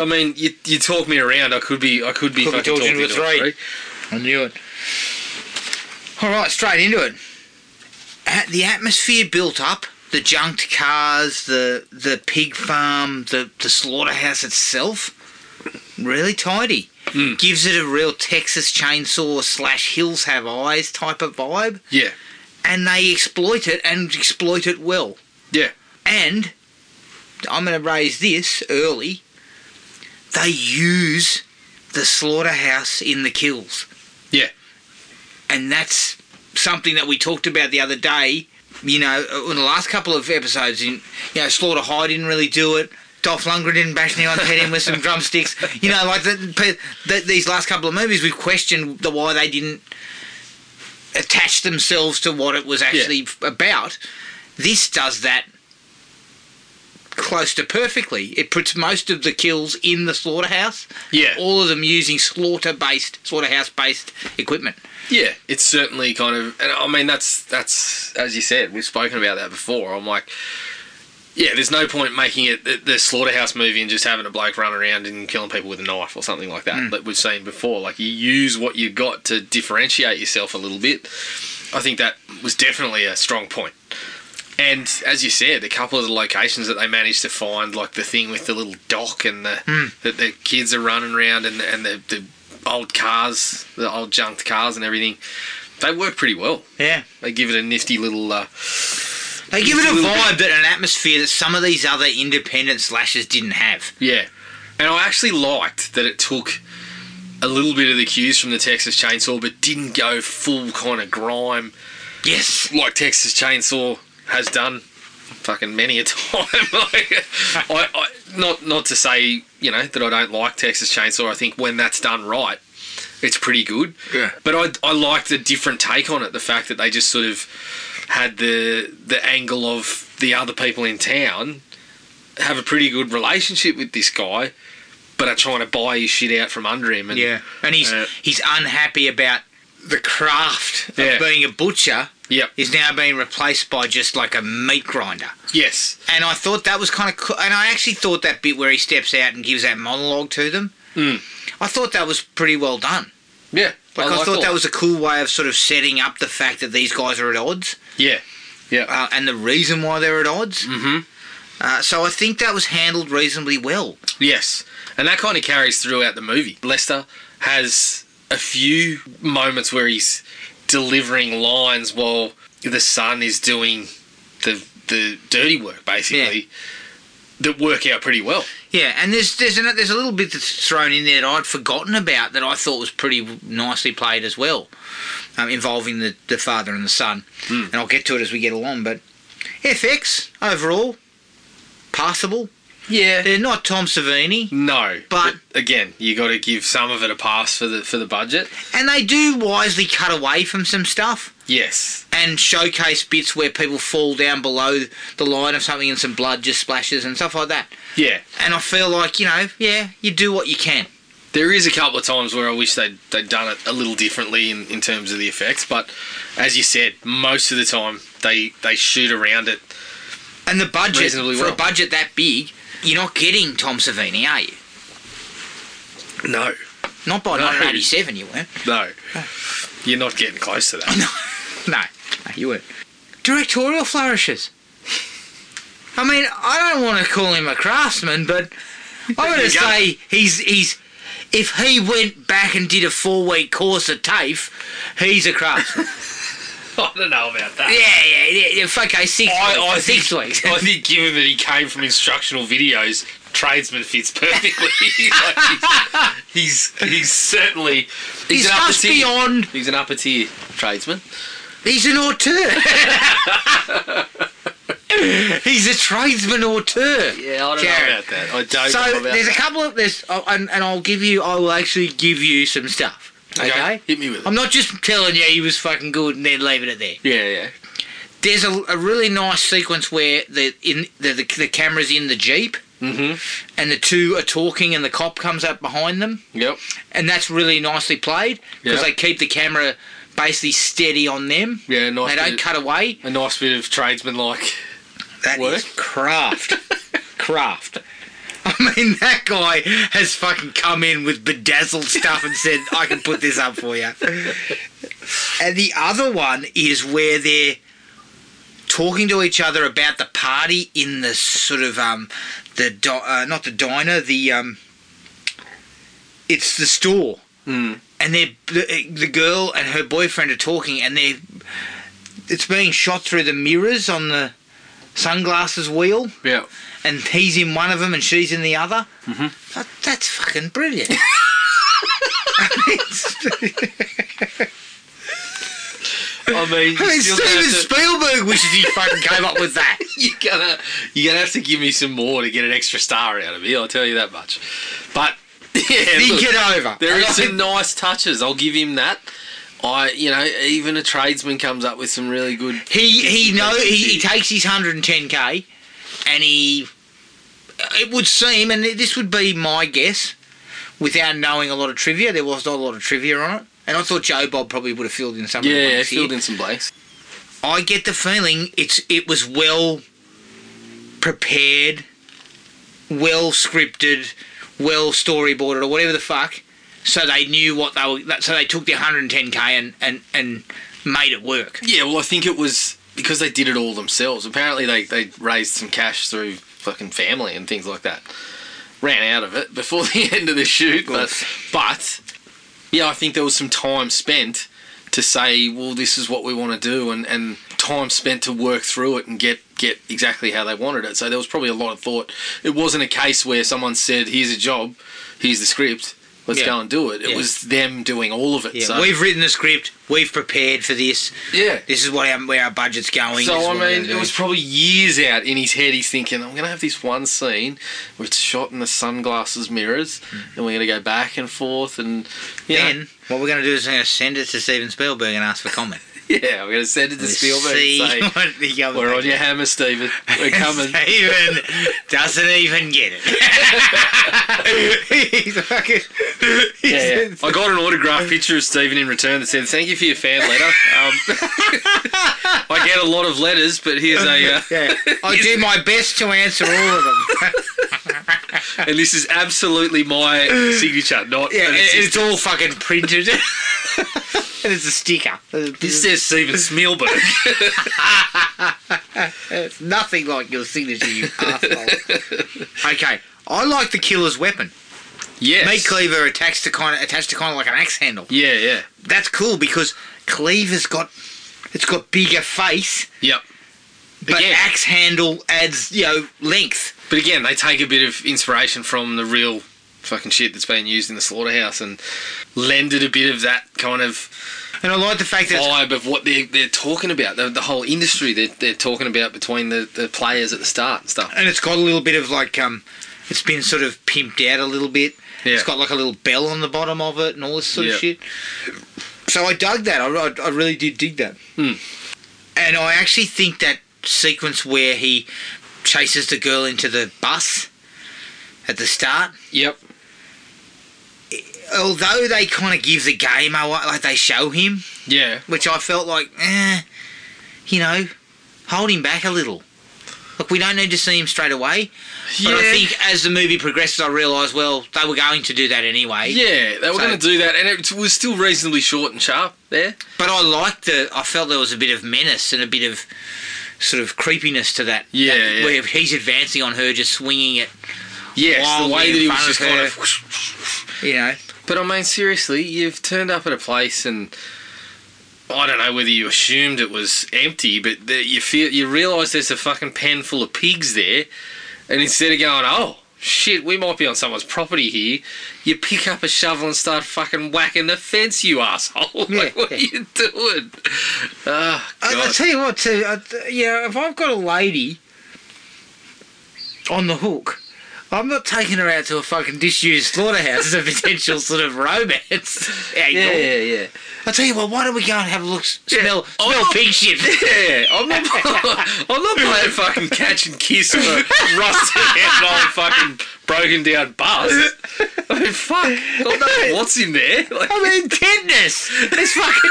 [SPEAKER 2] I mean, you, you talk me around. I could be I could be
[SPEAKER 1] Could be
[SPEAKER 2] fucking
[SPEAKER 1] talking
[SPEAKER 2] talking
[SPEAKER 1] to a
[SPEAKER 2] to
[SPEAKER 1] three.
[SPEAKER 2] a three.
[SPEAKER 1] I knew it. All right, straight into it. At the atmosphere built up, the junked cars, the the pig farm, the the slaughterhouse itself, really tidy.
[SPEAKER 2] Mm.
[SPEAKER 1] Gives it a real Texas chainsaw slash hills have eyes type of vibe,
[SPEAKER 2] Yeah,
[SPEAKER 1] and they exploit it and exploit it well.
[SPEAKER 2] yeah.
[SPEAKER 1] And I'm going to raise this early. They use the slaughterhouse in the kills.
[SPEAKER 2] Yeah.
[SPEAKER 1] And that's something that we talked about the other day. You know, uh, in the last couple of episodes, in you know, Slaughter High didn't really do it. Dolph Lundgren didn't bash anyone, pet him with some drumsticks. You know, like the, pe- the, these last couple of movies, we've questioned the why they didn't attach themselves to what it was actually f about. This does that close to perfectly. It puts most of the kills in the slaughterhouse.
[SPEAKER 2] Yeah.
[SPEAKER 1] All of them using slaughter-based, slaughterhouse-based equipment.
[SPEAKER 2] Yeah, it's certainly kind of, and I mean that's that's as you said, we've spoken about that before. I'm like, yeah, there's no point making it the, the slaughterhouse movie and just having a bloke run around and killing people with a knife or something like that that we've seen before. Like you use what you got to differentiate yourself a little bit. I think that was definitely a strong point. And as you said, a couple of the locations that they managed to find, like the thing with the little dock and the that the kids are running around and and the, the old cars, the old junked cars and everything, they work pretty well.
[SPEAKER 1] Yeah.
[SPEAKER 2] They give it a nifty little. Uh,
[SPEAKER 1] They give it
[SPEAKER 2] It's
[SPEAKER 1] a
[SPEAKER 2] a little
[SPEAKER 1] vibe and an atmosphere that some of these other independent slashes didn't have.
[SPEAKER 2] Yeah. And I actually liked that it took a little bit of the cues from the Texas Chainsaw, but didn't go full kind of grime
[SPEAKER 1] Yes.
[SPEAKER 2] like Texas Chainsaw has done fucking many a time. like, I, I, not, not to say, you know, that I don't like Texas Chainsaw. I think when that's done right, it's pretty good.
[SPEAKER 1] Yeah.
[SPEAKER 2] But I, I liked the different take on it. The fact that they just sort of had the the angle of the other people in town have a pretty good relationship with this guy, but are trying to buy his shit out from under him. And
[SPEAKER 1] And he's
[SPEAKER 2] Yeah.
[SPEAKER 1] he's unhappy about the craft of
[SPEAKER 2] Yeah.
[SPEAKER 1] being a butcher
[SPEAKER 2] Yep.
[SPEAKER 1] is now being replaced by just like a meat grinder.
[SPEAKER 2] Yes.
[SPEAKER 1] And I thought that was kind of cool. And I actually thought that bit where he steps out and gives that monologue to them,
[SPEAKER 2] Mm.
[SPEAKER 1] I thought that was pretty well done.
[SPEAKER 2] Yeah.
[SPEAKER 1] Like
[SPEAKER 2] Oh, I
[SPEAKER 1] I,
[SPEAKER 2] liked
[SPEAKER 1] thought
[SPEAKER 2] all-
[SPEAKER 1] that was a cool way of sort of setting up the fact that these guys are at odds
[SPEAKER 2] Yeah. Yeah.
[SPEAKER 1] uh, and the reason why they're at odds.
[SPEAKER 2] hmm
[SPEAKER 1] Uh, so I think that was handled reasonably well.
[SPEAKER 2] Yes. And that kind of carries throughout the movie. Lester has a few moments where he's delivering lines while the son is doing the the dirty work basically that work out pretty well.
[SPEAKER 1] Yeah, and there's there's an, there's a little bit that's thrown in there that I'd forgotten about that I thought was pretty nicely played as well, um, involving the, the father and the son. And I'll get to it as we get along. But FX overall passable.
[SPEAKER 2] Yeah.
[SPEAKER 1] They're not Tom Savini,
[SPEAKER 2] No.
[SPEAKER 1] But-
[SPEAKER 2] again, you got to give some of it a pass for the for the budget.
[SPEAKER 1] and they do wisely cut away from some stuff.
[SPEAKER 2] Yes.
[SPEAKER 1] and showcase bits where people fall down below the line of something and some blood just splashes and stuff like that.
[SPEAKER 2] Yeah.
[SPEAKER 1] And I feel like, you know, yeah, you do what you can.
[SPEAKER 2] There is a couple of times where I wish they'd, they'd done it a little differently in, in terms of the effects, but as you said, most of the time they, they shoot around it.
[SPEAKER 1] And the budget,
[SPEAKER 2] Reasonably
[SPEAKER 1] for
[SPEAKER 2] well.
[SPEAKER 1] a budget that big, you're not getting Tom Savini, are you?
[SPEAKER 2] No.
[SPEAKER 1] Not by
[SPEAKER 2] No.
[SPEAKER 1] 1987, you weren't.
[SPEAKER 2] No. You're not getting close to that.
[SPEAKER 1] No, no, you weren't. Directorial flourishes. I mean, I don't want to call him a craftsman, but I'm going
[SPEAKER 2] You
[SPEAKER 1] to
[SPEAKER 2] got
[SPEAKER 1] say he's he's. If he went back and did a four week course at TAFE, he's a craftsman.
[SPEAKER 2] I don't know about that.
[SPEAKER 1] Yeah, yeah, yeah, yeah. Fuck, I six,
[SPEAKER 2] I, I,
[SPEAKER 1] six
[SPEAKER 2] think,
[SPEAKER 1] weeks.
[SPEAKER 2] I think given that he came from instructional videos, tradesman fits perfectly. Like, he's, he's, he's certainly
[SPEAKER 1] He's,
[SPEAKER 2] an upper
[SPEAKER 1] just
[SPEAKER 2] tier.
[SPEAKER 1] beyond.
[SPEAKER 2] He's an upper tier tradesman.
[SPEAKER 1] He's an auteur. he's a tradesman auteur.
[SPEAKER 2] Yeah, I don't
[SPEAKER 1] Jared.
[SPEAKER 2] know about that. I don't know
[SPEAKER 1] So
[SPEAKER 2] about
[SPEAKER 1] there's a
[SPEAKER 2] that.
[SPEAKER 1] couple of there's, oh, and, and I'll give you. I will actually give you some stuff. Okay.
[SPEAKER 2] hit me with it.
[SPEAKER 1] I'm not just telling you he was fucking good and then leaving it there.
[SPEAKER 2] yeah, yeah.
[SPEAKER 1] There's a, a really nice sequence where the in the, the the camera's in the jeep
[SPEAKER 2] Mm-hmm.
[SPEAKER 1] and the two are talking and the cop comes up behind them.
[SPEAKER 2] Yep.
[SPEAKER 1] and that's really nicely played because
[SPEAKER 2] Yeah.
[SPEAKER 1] they keep the camera basically steady on them.
[SPEAKER 2] Yeah, nice.
[SPEAKER 1] they
[SPEAKER 2] bit
[SPEAKER 1] don't
[SPEAKER 2] of-
[SPEAKER 1] cut away.
[SPEAKER 2] a nice bit of tradesman like.
[SPEAKER 1] That is
[SPEAKER 2] Work.
[SPEAKER 1] craft, craft. I mean, that guy has fucking come in with bedazzled stuff and said, "I can put this up for you." And the other one is where they're talking to each other about the party in the sort of um, the di- uh, not the diner, the um, it's the store.
[SPEAKER 2] Mm.
[SPEAKER 1] and they're the, the girl and her boyfriend are talking and they're it's being shot through the mirrors on the sunglasses wheel
[SPEAKER 2] Yeah.
[SPEAKER 1] and he's in one of them and she's in the other
[SPEAKER 2] Mhm.
[SPEAKER 1] that, that's fucking brilliant
[SPEAKER 2] I mean,
[SPEAKER 1] I mean,
[SPEAKER 2] you're gonna
[SPEAKER 1] Steven
[SPEAKER 2] have to-
[SPEAKER 1] Spielberg wishes he fucking came up with that.
[SPEAKER 2] you're gonna you're gonna have to give me some more to get an extra star out of me. I'll tell you that much. But yeah,
[SPEAKER 1] Think
[SPEAKER 2] look,
[SPEAKER 1] it over.
[SPEAKER 2] there is
[SPEAKER 1] And I-
[SPEAKER 2] some nice touches. I'll give him that. I, you know, even a tradesman comes up with some really good.
[SPEAKER 1] He he know he, he takes his hundred and ten k, and he. It would seem, and this would be my guess, without knowing a lot of trivia. There was not a lot of trivia on it, and I thought Joe Bob probably would have filled in some. of the
[SPEAKER 2] Yeah,
[SPEAKER 1] blanks
[SPEAKER 2] filled
[SPEAKER 1] here.
[SPEAKER 2] in some blanks.
[SPEAKER 1] I get the feeling it's it was well prepared, well scripted, well storyboarded, or whatever the fuck. So they knew what they were. that- So they took their hundred and ten k and and and made it work.
[SPEAKER 2] Yeah, well, I think it was because they did it all themselves. Apparently, they they raised some cash through fucking family and things like that. Ran out of it before the end of the shoot, but
[SPEAKER 1] course.
[SPEAKER 2] but yeah, I think there was some time spent to say, well, this is what we want to do, and and time spent to work through it and get get exactly how they wanted it. So there was probably a lot of thought. It wasn't a case where someone said, "Here's a job, here's the script." Let's
[SPEAKER 1] Yeah.
[SPEAKER 2] go and do it. It
[SPEAKER 1] Yeah.
[SPEAKER 2] was them doing all of it.
[SPEAKER 1] Yeah,
[SPEAKER 2] so,
[SPEAKER 1] we've written the script. We've prepared for this.
[SPEAKER 2] yeah.
[SPEAKER 1] This is what our, where our budget's going. this is
[SPEAKER 2] So I
[SPEAKER 1] what we're
[SPEAKER 2] mean,
[SPEAKER 1] gonna
[SPEAKER 2] it was
[SPEAKER 1] do.
[SPEAKER 2] probably years out in his head. He's thinking, "I'm gonna have this one scene where it's shot in the sunglasses mirrors, and we're gonna go back and forth, and you know,
[SPEAKER 1] Then what we're going to do is we're going to send it to Steven Spielberg and ask for comment.
[SPEAKER 2] yeah, we're gonna send it to
[SPEAKER 1] Let's
[SPEAKER 2] Spielberg
[SPEAKER 1] see
[SPEAKER 2] and say,
[SPEAKER 1] what the other
[SPEAKER 2] "We're on your hammer, Steven. We're coming."
[SPEAKER 1] Steven doesn't even get it. he's fucking. he's-
[SPEAKER 2] Yeah, yeah. I got an autographed picture of Stephen in return that said, "Thank you for your fan letter." Um, I get a lot of letters, but here's a, uh,
[SPEAKER 1] yeah. I do my best to answer all of them.
[SPEAKER 2] and this is absolutely my signature, not.
[SPEAKER 1] yeah,
[SPEAKER 2] an
[SPEAKER 1] it-
[SPEAKER 2] assistant.
[SPEAKER 1] it's all fucking printed. and it's a sticker.
[SPEAKER 2] This says Steven Spielberg.
[SPEAKER 1] It's nothing like your signature, you asshole. Okay, I like the killer's weapon.
[SPEAKER 2] yes.
[SPEAKER 1] Meat cleaver attached to kind of attached to kind of like an axe handle.
[SPEAKER 2] Yeah, yeah.
[SPEAKER 1] That's cool because cleaver's got it's got bigger face,
[SPEAKER 2] Yep.
[SPEAKER 1] but
[SPEAKER 2] Again.
[SPEAKER 1] axe handle adds you know length.
[SPEAKER 2] But again, they take a bit of inspiration from the real fucking shit that's being used in the slaughterhouse and lend it a bit of that kind of
[SPEAKER 1] And I like the fact that it's
[SPEAKER 2] vibe of what they're, they're talking about, the, the whole industry they're, they're talking about between the, the players at the start and stuff.
[SPEAKER 1] and it's got a little bit of like um, it's been sort of pimped out a little bit.
[SPEAKER 2] Yeah.
[SPEAKER 1] It's got like a little bell on the bottom of it and all this sort
[SPEAKER 2] Yeah.
[SPEAKER 1] of shit. So I dug that. I, I, I really did dig that.
[SPEAKER 2] Hmm.
[SPEAKER 1] And I actually think that sequence where he chases the girl into the bus at the start,
[SPEAKER 2] Yep.
[SPEAKER 1] although they kind of give the game away, like they show him,
[SPEAKER 2] Yeah.
[SPEAKER 1] which I felt like, eh, you know, hold him back a little. Look, we don't need to see him straight away. But I think as the movie progresses, I realised, well, they were going to do that anyway.
[SPEAKER 2] yeah, they were
[SPEAKER 1] So-
[SPEAKER 2] going to do that, and it was still reasonably short and sharp there.
[SPEAKER 1] But I liked the. I felt there was a bit of menace and a bit of sort of creepiness to that.
[SPEAKER 2] Yeah,
[SPEAKER 1] that-
[SPEAKER 2] yeah.
[SPEAKER 1] Where he's advancing on her, just swinging it.
[SPEAKER 2] Yes,
[SPEAKER 1] Wildly
[SPEAKER 2] the way that
[SPEAKER 1] in
[SPEAKER 2] he was
[SPEAKER 1] front
[SPEAKER 2] just
[SPEAKER 1] of
[SPEAKER 2] kind
[SPEAKER 1] her.
[SPEAKER 2] of.
[SPEAKER 1] You know.
[SPEAKER 2] But I mean, seriously, you've turned up at a place and I don't know whether you assumed it was empty, but the, you feel you realise there's a fucking pen full of pigs there, and instead of going, oh shit, we might be on someone's property here, you pick up a shovel and start fucking whacking the fence, you asshole.
[SPEAKER 1] Yeah, Oh,
[SPEAKER 2] like, what
[SPEAKER 1] yeah.
[SPEAKER 2] are you doing? Ah,
[SPEAKER 1] I, I
[SPEAKER 2] God.
[SPEAKER 1] tell you what, too. I, yeah, if I've got a lady on the hook. I'm not taking her out to a fucking disused slaughterhouse as a potential sort of romance.
[SPEAKER 2] yeah,
[SPEAKER 1] angle.
[SPEAKER 2] yeah, yeah.
[SPEAKER 1] I tell you what, why don't we go and have a look, smell,
[SPEAKER 2] Oh,
[SPEAKER 1] smell
[SPEAKER 2] no.
[SPEAKER 1] pig shit?
[SPEAKER 2] Yeah, I'm not. I'm not playing fucking catch and kiss for rusted out an old fucking broken down bus. I mean, fuck. God knows what's in there? Like,
[SPEAKER 1] I mean, tetanus. It's fucking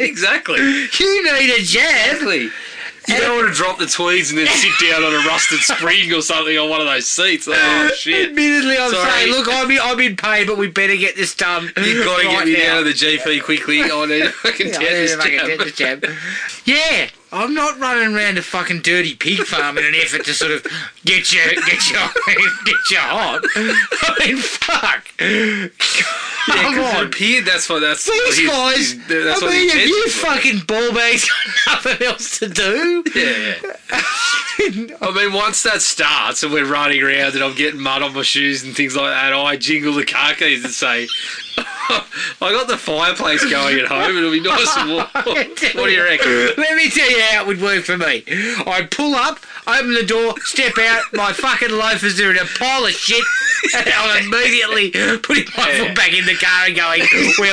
[SPEAKER 2] exactly.
[SPEAKER 1] You need a jab.
[SPEAKER 2] Exactly. You don't want to drop the tweeds and then sit down on a rusted spring or something on one of those seats. Oh shit.
[SPEAKER 1] Admittedly, I'm
[SPEAKER 2] Sorry.
[SPEAKER 1] saying, look, I'm in, I'm in pain, but we better get this done.
[SPEAKER 2] You gotta
[SPEAKER 1] right
[SPEAKER 2] get me
[SPEAKER 1] now.
[SPEAKER 2] down to the GP quickly. I need a fucking
[SPEAKER 1] Yeah, I need
[SPEAKER 2] tetanus
[SPEAKER 1] to make a tetanus
[SPEAKER 2] jab.
[SPEAKER 1] jab. Yeah, I'm not running around a fucking dirty pig farm in an effort to sort of get you, get you, get you hot. I mean, fuck.
[SPEAKER 2] Yeah, 'cause
[SPEAKER 1] Come
[SPEAKER 2] it
[SPEAKER 1] on.
[SPEAKER 2] appeared that's what that's
[SPEAKER 1] Oh, These
[SPEAKER 2] his-
[SPEAKER 1] guys,
[SPEAKER 2] his- that's
[SPEAKER 1] I
[SPEAKER 2] what
[SPEAKER 1] mean,
[SPEAKER 2] his
[SPEAKER 1] if you
[SPEAKER 2] intentions were.
[SPEAKER 1] fucking ballbags got nothing else to do,
[SPEAKER 2] Yeah, yeah. I mean, once that starts and we're running around and I'm getting mud on my shoes and things like that, I jingle the car keys and say, I got the fireplace going at home. It'll be nice and warm. what do you reckon?
[SPEAKER 1] Let me tell you how it would work for me. I'd pull up, open the door, step out, my fucking loafers are in a pile of shit, and I'll immediately put my
[SPEAKER 2] Yeah.
[SPEAKER 1] foot back in the car and going, we're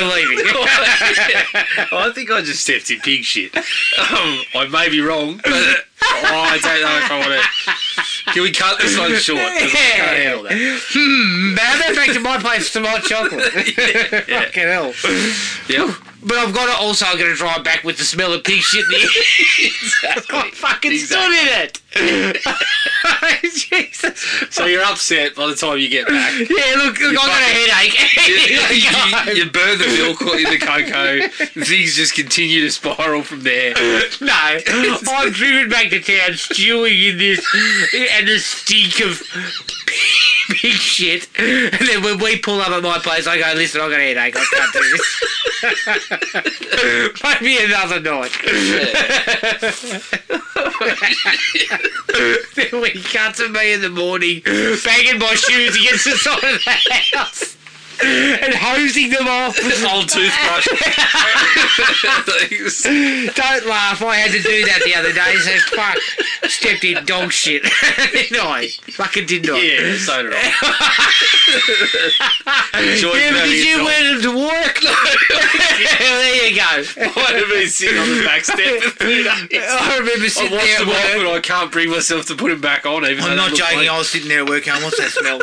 [SPEAKER 1] leaving.
[SPEAKER 2] I think I just stepped in pig shit. Um, I may be wrong, but oh, I don't know if I want to. Can we cut this one short? 'Cause I can't handle that.
[SPEAKER 1] Matter of fact, my place some hot chocolate. Fucking hell.
[SPEAKER 2] Yeah.
[SPEAKER 1] But I've got to also, I'm going to drive back with the smell of pig shit in the I fucking stood in it. Jesus.
[SPEAKER 2] So you're upset by the time you get back.
[SPEAKER 1] Yeah, look, look I got a
[SPEAKER 2] you,
[SPEAKER 1] headache.
[SPEAKER 2] you burn the milk in the cocoa. Things just continue to spiral from there.
[SPEAKER 1] No, I'm driven back to town, stewing in this and the stink of big shit. And then when we pull up at my place, I go, "Listen, I got a headache. I can't do this. Maybe another night." then we cut to me in the morning, banging my shoes against the side of the house and hosing them off.
[SPEAKER 2] Old toothbrush.
[SPEAKER 1] Don't laugh. I had to do that the other day. So fuck, stepped in dog shit. did I? Fucking did not.
[SPEAKER 2] yeah, so did I. Enjoy
[SPEAKER 1] Yeah, but
[SPEAKER 2] having
[SPEAKER 1] did
[SPEAKER 2] a
[SPEAKER 1] you
[SPEAKER 2] dog.
[SPEAKER 1] wear them to work? there you go.
[SPEAKER 2] Might have been sitting on the back step. for three days.
[SPEAKER 1] I remember
[SPEAKER 2] I
[SPEAKER 1] sitting
[SPEAKER 2] washed
[SPEAKER 1] there at
[SPEAKER 2] them off,
[SPEAKER 1] work.
[SPEAKER 2] but I can't bring myself to put them back on. Even
[SPEAKER 1] I'm
[SPEAKER 2] though
[SPEAKER 1] not
[SPEAKER 2] they look
[SPEAKER 1] joking.
[SPEAKER 2] like-
[SPEAKER 1] I was sitting there at work going, what's that smell?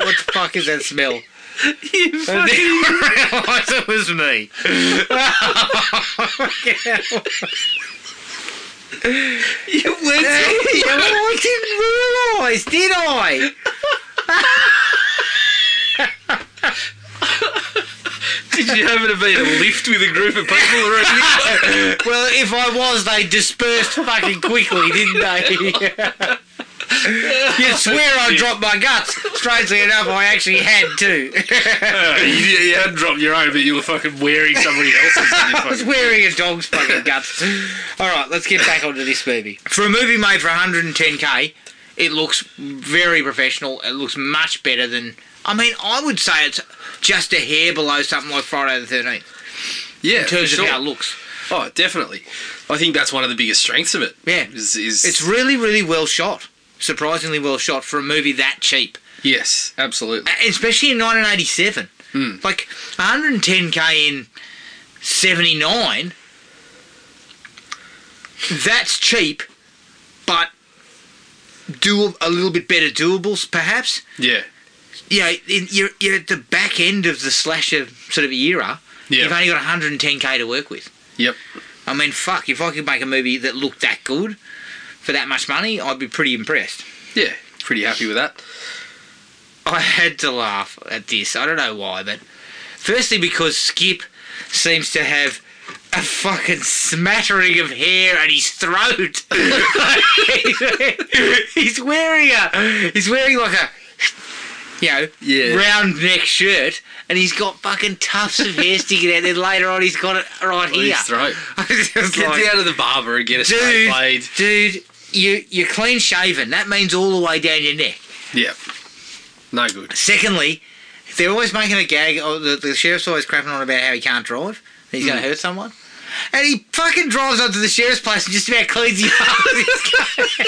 [SPEAKER 1] what the fuck is that smell? You and then I realised it was me.
[SPEAKER 2] You went to-
[SPEAKER 1] Yeah, well, I didn't realise, did I?
[SPEAKER 2] Did you happen to be in a lift with a group of people around you?
[SPEAKER 1] Well, if I was, they dispersed fucking quickly, didn't they? You'd swear I dropped my guts. Strangely enough, I actually had to.
[SPEAKER 2] you, you had dropped your own, but you were fucking wearing somebody else's. in your
[SPEAKER 1] I was
[SPEAKER 2] fucking-
[SPEAKER 1] wearing a dog's fucking guts. All right, let's get back onto this movie. For a movie made for 110k, it looks very professional. It looks much better than. I mean, I would say it's just a hair below something like Friday the 13th
[SPEAKER 2] yeah,
[SPEAKER 1] in terms
[SPEAKER 2] for sure.
[SPEAKER 1] of how it looks.
[SPEAKER 2] Oh, definitely. I think that's one of the biggest strengths of it.
[SPEAKER 1] Yeah.
[SPEAKER 2] is, is
[SPEAKER 1] It's really, really well shot. Surprisingly well shot for a movie that cheap,
[SPEAKER 2] yes, absolutely.
[SPEAKER 1] especially in 1987.
[SPEAKER 2] Hmm.
[SPEAKER 1] Like 110k in 79. That's cheap, but do a little bit better doables, perhaps.
[SPEAKER 2] Yeah,
[SPEAKER 1] You know, in, you're, you're at the back end of the slasher sort of era.
[SPEAKER 2] yeah,
[SPEAKER 1] You've only got 110k to work with.
[SPEAKER 2] yep.
[SPEAKER 1] I mean, fuck, if I could make a movie that looked that good for that much money, I'd be pretty impressed.
[SPEAKER 2] Yeah, pretty happy with that.
[SPEAKER 1] I had to laugh at this. I don't know why, but firstly because Skip seems to have a fucking smattering of hair at his throat. he's wearing a he's wearing like a you know
[SPEAKER 2] Yeah.
[SPEAKER 1] round neck shirt and he's got fucking tufts of hair sticking out. Then later on he's got it right
[SPEAKER 2] On
[SPEAKER 1] here.
[SPEAKER 2] his throat.
[SPEAKER 1] I was just
[SPEAKER 2] Get
[SPEAKER 1] like,
[SPEAKER 2] down to the barber and get a straight blade.
[SPEAKER 1] dude, dude, you you're clean shaven. That means all the way down your neck.
[SPEAKER 2] Yeah, no good.
[SPEAKER 1] Secondly, they're always making a gag. Oh, the, the sheriff's always crapping on about how he can't drive. and He's going
[SPEAKER 2] Mm.
[SPEAKER 1] to hurt someone. And he fucking drives onto the sheriff's place and just about cleans his ass.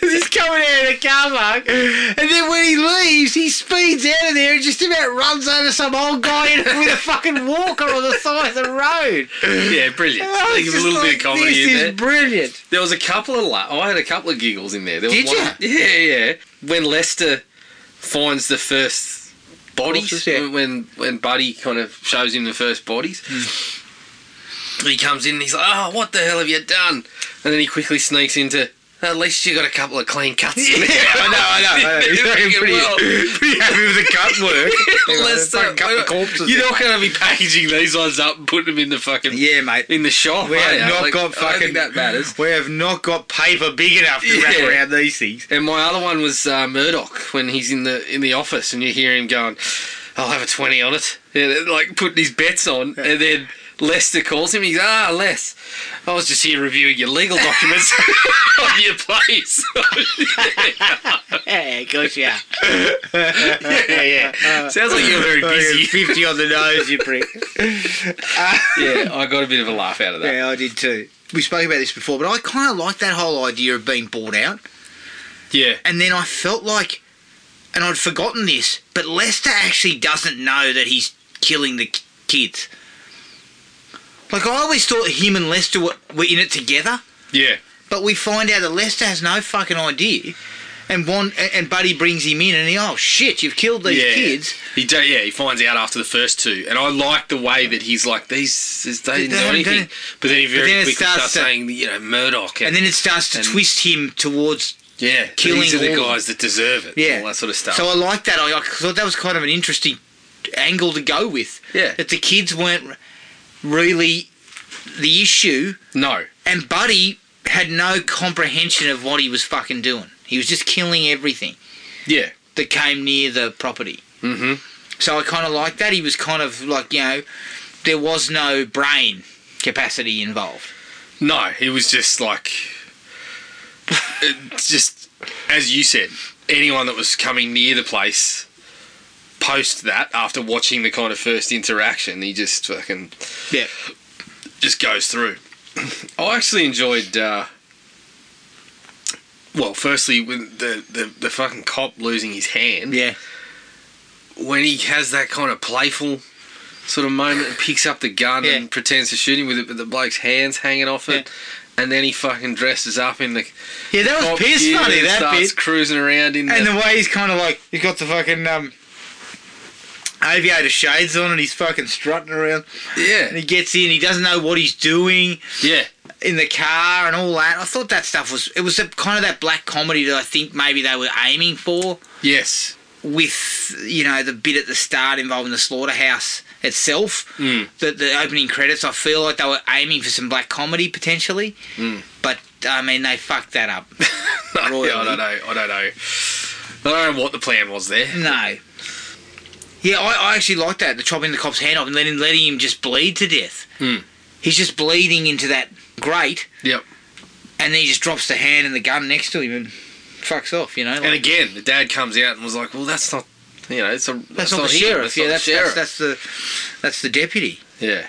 [SPEAKER 1] He's coming out of the car park. And then when he leaves, he speeds out of there and just about runs over some old guy in- with a fucking walker on the side of the road.
[SPEAKER 2] Yeah, brilliant.
[SPEAKER 1] I was
[SPEAKER 2] There's a
[SPEAKER 1] just
[SPEAKER 2] little bit
[SPEAKER 1] like,
[SPEAKER 2] of comedy
[SPEAKER 1] this
[SPEAKER 2] in
[SPEAKER 1] is
[SPEAKER 2] there.
[SPEAKER 1] brilliant.
[SPEAKER 2] There was a couple of la- I had a couple of giggles in there. there was
[SPEAKER 1] Did
[SPEAKER 2] one, Yeah, yeah. When Lester finds the first bodies,
[SPEAKER 1] Corpses, yeah.
[SPEAKER 2] when when Buddy kind of shows him the first bodies,
[SPEAKER 1] Hmm.
[SPEAKER 2] he comes in and he's like, "Oh, what the hell have you done?" And then he quickly sneaks into. At least you got a couple of clean cuts.
[SPEAKER 1] Yeah, I know, I know, I know. He's fucking
[SPEAKER 2] Fucking
[SPEAKER 1] pretty-
[SPEAKER 2] well.
[SPEAKER 1] Pretty happy with the cut work.
[SPEAKER 2] Lester, uh,
[SPEAKER 1] Fucking cut the corpses.
[SPEAKER 2] you're not going to be packaging these ones up and putting them in the fucking
[SPEAKER 1] Yeah, mate.
[SPEAKER 2] in the shop.
[SPEAKER 1] We
[SPEAKER 2] are
[SPEAKER 1] have
[SPEAKER 2] ya?
[SPEAKER 1] not
[SPEAKER 2] Like,
[SPEAKER 1] got
[SPEAKER 2] I don't
[SPEAKER 1] fucking.
[SPEAKER 2] think that matters.
[SPEAKER 1] We have not got paper big enough to wrap
[SPEAKER 2] Yeah.
[SPEAKER 1] around these things.
[SPEAKER 2] And my other one was uh, Murdoch when he's in the in the office and you hear him going, "I'll have a twenty on it," and, like putting his bets on, and then Lester calls him. He's ah, Les, I was just here reviewing your legal documents of your place.
[SPEAKER 1] Yeah, of course you are.
[SPEAKER 2] yeah, yeah. Sounds like you're very busy.
[SPEAKER 1] Uh, Fifty on the nose, you prick.
[SPEAKER 2] yeah, I got a bit of a laugh out of that.
[SPEAKER 1] yeah, I did too. We spoke about this before, but I kind of like that whole idea of being bought out.
[SPEAKER 2] Yeah,
[SPEAKER 1] And then I felt like, and I'd forgotten this, but Lester actually doesn't know that he's killing the k- kids. Like I always thought him and Lester were, were in it together.
[SPEAKER 2] yeah,
[SPEAKER 1] But we find out that Lester has no fucking idea, and one and- and Buddy brings him in, and he oh shit, you've killed these
[SPEAKER 2] yeah.
[SPEAKER 1] kids.
[SPEAKER 2] He do, yeah, he finds out after the first two, and I like the way that he's like these. these- They didn't
[SPEAKER 1] They
[SPEAKER 2] know
[SPEAKER 1] haven't done
[SPEAKER 2] anything,
[SPEAKER 1] it.
[SPEAKER 2] but then he very
[SPEAKER 1] then it
[SPEAKER 2] quickly starts,
[SPEAKER 1] starts to-
[SPEAKER 2] saying, you know, Murdoch,
[SPEAKER 1] And then it starts to
[SPEAKER 2] And-
[SPEAKER 1] twist him towards
[SPEAKER 2] Yeah,
[SPEAKER 1] killing
[SPEAKER 2] these are the
[SPEAKER 1] all of
[SPEAKER 2] guys that deserve it.
[SPEAKER 1] Yeah.
[SPEAKER 2] all that sort of stuff.
[SPEAKER 1] So I like that. I, I thought that was kind of an interesting angle to go with.
[SPEAKER 2] Yeah.
[SPEAKER 1] That the kids weren't really the issue,
[SPEAKER 2] no,
[SPEAKER 1] and Buddy had no comprehension of what he was fucking doing. He was just killing everything
[SPEAKER 2] yeah,
[SPEAKER 1] that came near the property.
[SPEAKER 2] mm-hmm.
[SPEAKER 1] So I kind of like that. He was kind of like, you know, there was no brain capacity involved.
[SPEAKER 2] No, he was just like, it- just as you said, anyone that was coming near the place. Post that after watching the kind of first interaction, he just fucking
[SPEAKER 1] Yeah.
[SPEAKER 2] just goes through. I actually enjoyed. Uh, well, firstly, with the, the the fucking cop losing his hand.
[SPEAKER 1] Yeah.
[SPEAKER 2] when he has that kind of playful sort of moment and picks up the gun
[SPEAKER 1] Yeah.
[SPEAKER 2] and pretends to shoot him with it, but the bloke's hands hanging off it. And then he fucking dresses up in the
[SPEAKER 1] Yeah, that was
[SPEAKER 2] cop
[SPEAKER 1] piss
[SPEAKER 2] gear
[SPEAKER 1] funny,
[SPEAKER 2] and
[SPEAKER 1] that
[SPEAKER 2] starts
[SPEAKER 1] bit.
[SPEAKER 2] cruising around in the,
[SPEAKER 1] And the way he's kind of like, he's got the fucking um, aviator shades on and he's fucking strutting around. And
[SPEAKER 2] yeah
[SPEAKER 1] he gets in, he doesn't know what he's doing
[SPEAKER 2] yeah
[SPEAKER 1] in the car and all that. I thought that stuff was, it was a, kind of that black comedy that I think maybe they were aiming for.
[SPEAKER 2] yes
[SPEAKER 1] with you know the bit at the start involving the slaughterhouse itself.
[SPEAKER 2] Mm.
[SPEAKER 1] The the opening credits, I feel like they were aiming for some black comedy potentially, but I mean they fucked that up.
[SPEAKER 2] yeah, I
[SPEAKER 1] royally.
[SPEAKER 2] don't know. I don't know. I don't know what the plan was there.
[SPEAKER 1] No. Yeah, I, I actually like that. The chopping the cop's hand off and letting letting him just bleed to death.
[SPEAKER 2] Hmm.
[SPEAKER 1] He's just bleeding into that grate,
[SPEAKER 2] Yep.
[SPEAKER 1] and then he just drops the hand and the gun next to him and fucks off. You know,
[SPEAKER 2] And
[SPEAKER 1] like,
[SPEAKER 2] again, the dad comes out and was like, "Well, that's not, you know, it's a
[SPEAKER 1] that's, not, the
[SPEAKER 2] him,
[SPEAKER 1] sheriff.
[SPEAKER 2] that's
[SPEAKER 1] yeah,
[SPEAKER 2] not
[SPEAKER 1] that's,
[SPEAKER 2] the sheriff.
[SPEAKER 1] that's that's the that's the deputy.
[SPEAKER 2] yeah,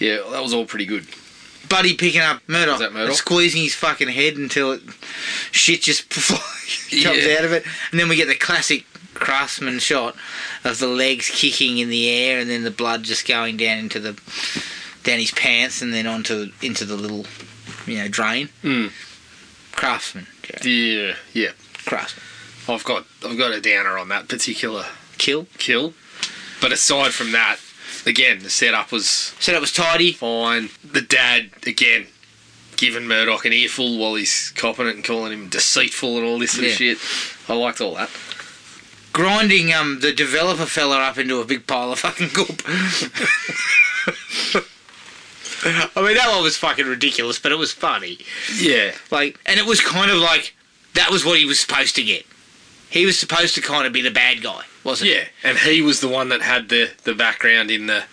[SPEAKER 2] yeah." well, that was all pretty good.
[SPEAKER 1] Buddy picking up Murdoch,
[SPEAKER 2] Is that Murdoch?
[SPEAKER 1] and squeezing his fucking head until it shit just comes
[SPEAKER 2] Yeah.
[SPEAKER 1] out of it, and then we get the classic craftsman shot of the legs kicking in the air, and then the blood just going down into the down his pants, and then onto into the little you know drain.
[SPEAKER 2] Mm.
[SPEAKER 1] Craftsman, Jack.
[SPEAKER 2] Yeah, yeah.
[SPEAKER 1] craftsman,
[SPEAKER 2] I've got I've got a downer on that particular
[SPEAKER 1] kill.
[SPEAKER 2] kill. But aside from that, again, the setup was
[SPEAKER 1] So that was tidy.
[SPEAKER 2] fine. The dad again giving Murdoch an earful while he's copping it and calling him deceitful and all this sort
[SPEAKER 1] Yeah.
[SPEAKER 2] of shit. I liked all that.
[SPEAKER 1] Grinding um the developer fella up into a big pile of fucking goop. I mean that one was fucking ridiculous, but it was funny.
[SPEAKER 2] Yeah,
[SPEAKER 1] Like, and it was kind of like that was what he was supposed to get. He was supposed to kind of be the bad guy, wasn't
[SPEAKER 2] yeah. And he was the one that had the the background in the.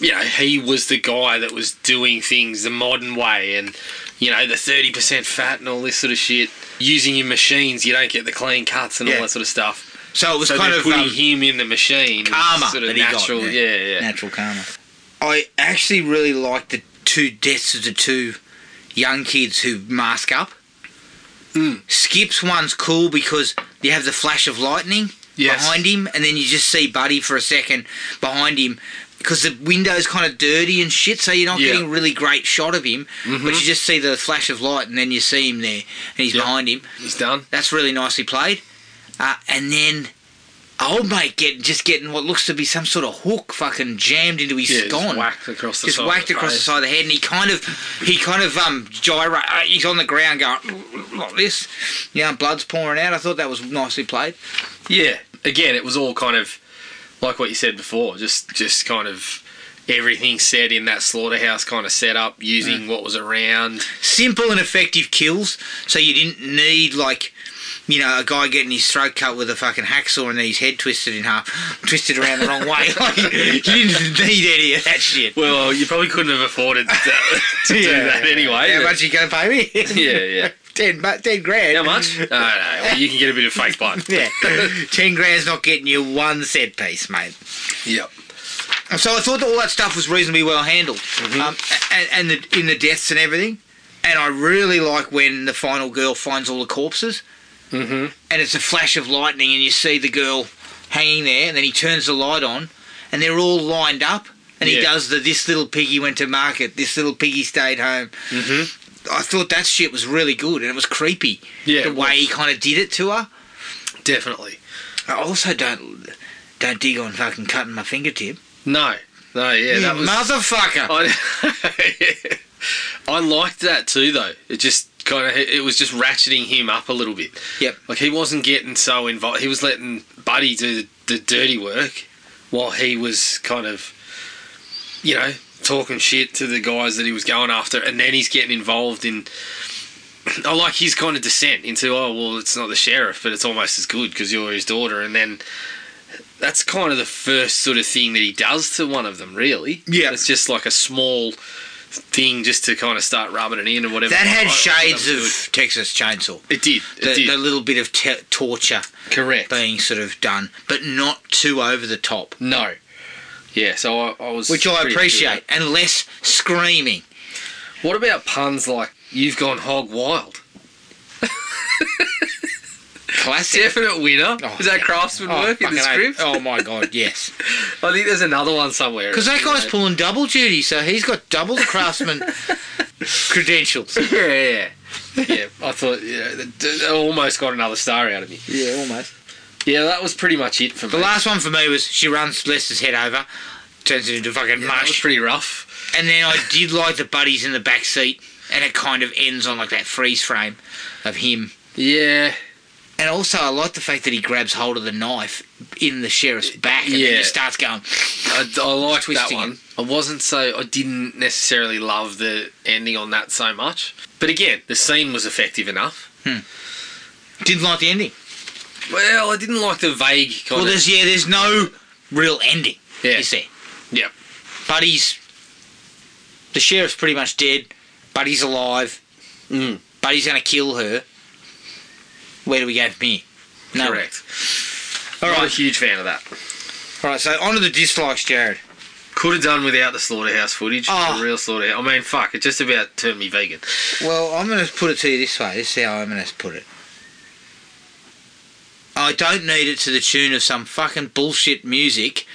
[SPEAKER 2] You know, he was the guy that was doing things the modern way and, you know, the 30% fat and all this sort of shit. Using your machines, you don't get the clean cuts and
[SPEAKER 1] Yeah.
[SPEAKER 2] all that sort of stuff.
[SPEAKER 1] he? So it was
[SPEAKER 2] so
[SPEAKER 1] kind
[SPEAKER 2] they're
[SPEAKER 1] of
[SPEAKER 2] putting
[SPEAKER 1] um,
[SPEAKER 2] him in the machine. It's
[SPEAKER 1] karma
[SPEAKER 2] sort of
[SPEAKER 1] that he got,
[SPEAKER 2] natural.
[SPEAKER 1] yeah.
[SPEAKER 2] yeah, yeah,
[SPEAKER 1] natural karma. I actually really like the two deaths of the two young kids who mask up.
[SPEAKER 2] Mm.
[SPEAKER 1] Skip's one's cool because you have the flash of lightning
[SPEAKER 2] Yes.
[SPEAKER 1] behind him, and then you just see Buddy for a second behind him because the window's kind of dirty and shit, so you're not
[SPEAKER 2] Yeah. Mm-hmm.
[SPEAKER 1] getting a really great shot of him, but you just see the flash of light, and then you see him there, and he's
[SPEAKER 2] Yeah.
[SPEAKER 1] behind him.
[SPEAKER 2] He's done.
[SPEAKER 1] That's really nicely played. Uh, and then old mate get just getting what looks to be some sort of hook fucking jammed into his
[SPEAKER 2] Yeah,
[SPEAKER 1] scone.
[SPEAKER 2] just whacked across the
[SPEAKER 1] Just
[SPEAKER 2] side. of
[SPEAKER 1] whacked across the
[SPEAKER 2] face.
[SPEAKER 1] side of the head, and he kind of, he kind of um gyrate. Uh, he's on the ground going like this. Yeah, blood's pouring out. I thought that was nicely played.
[SPEAKER 2] Yeah. Again, it was all kind of like what you said before. Just, just kind of everything said in that slaughterhouse kind of setup, using what was around.
[SPEAKER 1] Simple and effective kills, so you didn't need like, you know, a guy getting his throat cut with a fucking hacksaw and then his head twisted in half, twisted around the wrong way. Like, you didn't need any of that shit.
[SPEAKER 2] Well, you probably couldn't have afforded that, to do that anyway.
[SPEAKER 1] How much you gonna pay me?
[SPEAKER 2] Yeah, yeah.
[SPEAKER 1] ten, bu- ten grand.
[SPEAKER 2] How much? Oh, no, well, you can get a bit of fake blood.
[SPEAKER 1] Yeah, ten grand's not getting you one set piece, mate.
[SPEAKER 2] Yep.
[SPEAKER 1] And So I thought that all that stuff was reasonably well handled,
[SPEAKER 2] Mm-hmm.
[SPEAKER 1] um, and, and the, in the deaths and everything. And I really like when the final girl finds all the corpses,
[SPEAKER 2] Mm-hmm.
[SPEAKER 1] and it's a flash of lightning, and you see the girl hanging there, and then he turns the light on, and they're all lined up, and he
[SPEAKER 2] Yeah.
[SPEAKER 1] does the "this little piggy went to market, this little piggy stayed home."
[SPEAKER 2] Mm-hmm.
[SPEAKER 1] I thought that shit was really good, and it was creepy
[SPEAKER 2] Yeah.
[SPEAKER 1] the
[SPEAKER 2] it
[SPEAKER 1] way he
[SPEAKER 2] was.
[SPEAKER 1] kind of did it to her.
[SPEAKER 2] Definitely.
[SPEAKER 1] I also don't don't dig on fucking cutting my fingertip.
[SPEAKER 2] No. No. Yeah.
[SPEAKER 1] you
[SPEAKER 2] that was
[SPEAKER 1] motherfucker.
[SPEAKER 2] I, I liked that too, though. It just kind of it was just ratcheting him up a little bit.
[SPEAKER 1] Yep.
[SPEAKER 2] Like he wasn't getting so involved. He was letting Buddy do the, the dirty work while he was kind of, you know, talking shit to the guys that he was going after, and then he's getting involved in. I like his kind of descent into oh well, it's not the sheriff, but it's almost as good because you're his daughter, and then. That's kind of the first sort of thing that he does to one of them, really.
[SPEAKER 1] Yeah.
[SPEAKER 2] It's just like a small thing just to kind of start rubbing it in and whatever.
[SPEAKER 1] That had
[SPEAKER 2] I- I-
[SPEAKER 1] shades
[SPEAKER 2] that
[SPEAKER 1] of
[SPEAKER 2] was
[SPEAKER 1] Texas Chainsaw.
[SPEAKER 2] good. It did. It
[SPEAKER 1] The,
[SPEAKER 2] did.
[SPEAKER 1] the little bit of te- torture
[SPEAKER 2] Correct.
[SPEAKER 1] being sort of done, but not too over the top,
[SPEAKER 2] No. Yeah, so I, I was.
[SPEAKER 1] which I
[SPEAKER 2] pretty happy with
[SPEAKER 1] appreciate, and less screaming.
[SPEAKER 2] that. What about puns like "You've gone hog wild"?
[SPEAKER 1] Classic.
[SPEAKER 2] Definite winner.
[SPEAKER 1] Oh,
[SPEAKER 2] Is that
[SPEAKER 1] yeah.
[SPEAKER 2] craftsman work in the
[SPEAKER 1] fucking
[SPEAKER 2] script?
[SPEAKER 1] oath. oh my god, yes.
[SPEAKER 2] I think there's another one somewhere.
[SPEAKER 1] Because that guy's
[SPEAKER 2] Yeah.
[SPEAKER 1] pulling double duty, so he's got double the craftsman credentials.
[SPEAKER 2] Yeah, yeah, yeah. yeah. I thought yeah, that- that almost got another star out of me.
[SPEAKER 1] Yeah, almost.
[SPEAKER 2] Yeah, that was pretty much it for me.
[SPEAKER 1] The last one for me was she runs Lester's head over, turns it into fucking
[SPEAKER 2] yeah, that was
[SPEAKER 1] mush.
[SPEAKER 2] pretty rough.
[SPEAKER 1] And then I did like the buddies in the back seat, and it kind of ends on like that freeze frame of him.
[SPEAKER 2] Yeah,
[SPEAKER 1] And also, I like the fact that he grabs hold of the knife in the sheriff's back and then
[SPEAKER 2] Yeah.
[SPEAKER 1] he starts going.
[SPEAKER 2] I, I liked that
[SPEAKER 1] Twisting
[SPEAKER 2] one. I wasn't so. I didn't necessarily love the ending on that so much. But again, the scene was effective enough.
[SPEAKER 1] Didn't like the ending.
[SPEAKER 2] Well, I didn't like the vague kind
[SPEAKER 1] Well,
[SPEAKER 2] of.
[SPEAKER 1] there's yeah, there's no real ending.
[SPEAKER 2] Yeah.
[SPEAKER 1] Is there?
[SPEAKER 2] Yeah.
[SPEAKER 1] But he's the sheriff's pretty much dead. But he's alive.
[SPEAKER 2] Mm,
[SPEAKER 1] But he's gonna kill her. Where do we go from here? No.
[SPEAKER 2] Correct.
[SPEAKER 1] All
[SPEAKER 2] Not a
[SPEAKER 1] right.
[SPEAKER 2] huge fan of that.
[SPEAKER 1] All right. So on to the dislikes, Jared.
[SPEAKER 2] Could have done without the slaughterhouse footage.
[SPEAKER 1] Oh.
[SPEAKER 2] The real slaughterhouse. I mean, fuck, it just about turned me vegan.
[SPEAKER 1] Well, I'm going to put it to you this way. This is how I'm going to put it. I don't need it to the tune of some fucking bullshit music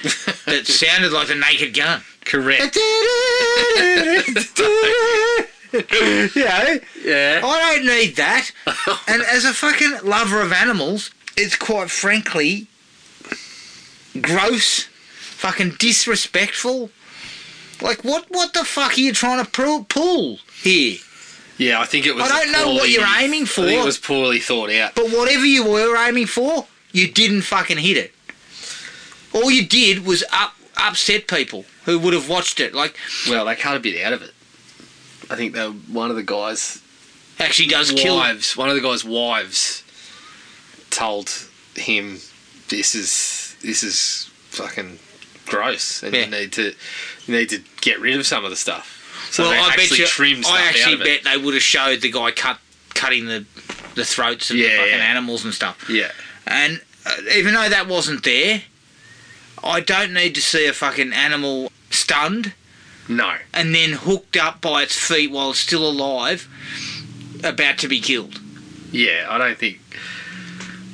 [SPEAKER 1] that sounded like the Naked Gun.
[SPEAKER 2] Correct.
[SPEAKER 1] you know,
[SPEAKER 2] Yeah.
[SPEAKER 1] I don't need that. And as a fucking lover of animals, it's quite frankly gross, fucking disrespectful. Like what? What the fuck are you trying to pull, pull here?
[SPEAKER 2] Yeah, I think it was.
[SPEAKER 1] I don't know what you're aiming
[SPEAKER 2] I think
[SPEAKER 1] for.
[SPEAKER 2] it was poorly thought out.
[SPEAKER 1] But whatever you were aiming for, you didn't fucking hit it. All you did was up, upset people who would have watched it. Like,
[SPEAKER 2] Well, they cut a bit out of it. I think they were one of the guys
[SPEAKER 1] actually does kill.
[SPEAKER 2] wives. One of the guys' wives told him, "This is this is fucking gross, and
[SPEAKER 1] Yeah.
[SPEAKER 2] you need to you need to get rid of some of the stuff." So
[SPEAKER 1] Well,
[SPEAKER 2] they
[SPEAKER 1] I bet
[SPEAKER 2] actually
[SPEAKER 1] you.
[SPEAKER 2] trimmed stuff
[SPEAKER 1] I actually
[SPEAKER 2] out of
[SPEAKER 1] bet they would have showed the guy cut cutting the the throats of the
[SPEAKER 2] Yeah,
[SPEAKER 1] fucking
[SPEAKER 2] yeah.
[SPEAKER 1] animals and stuff.
[SPEAKER 2] it. Yeah,
[SPEAKER 1] And uh, even though that wasn't there, I don't need to see a fucking animal stunned
[SPEAKER 2] no,
[SPEAKER 1] and then hooked up by its feet while it's still alive, about to be killed.
[SPEAKER 2] yeah, I don't think.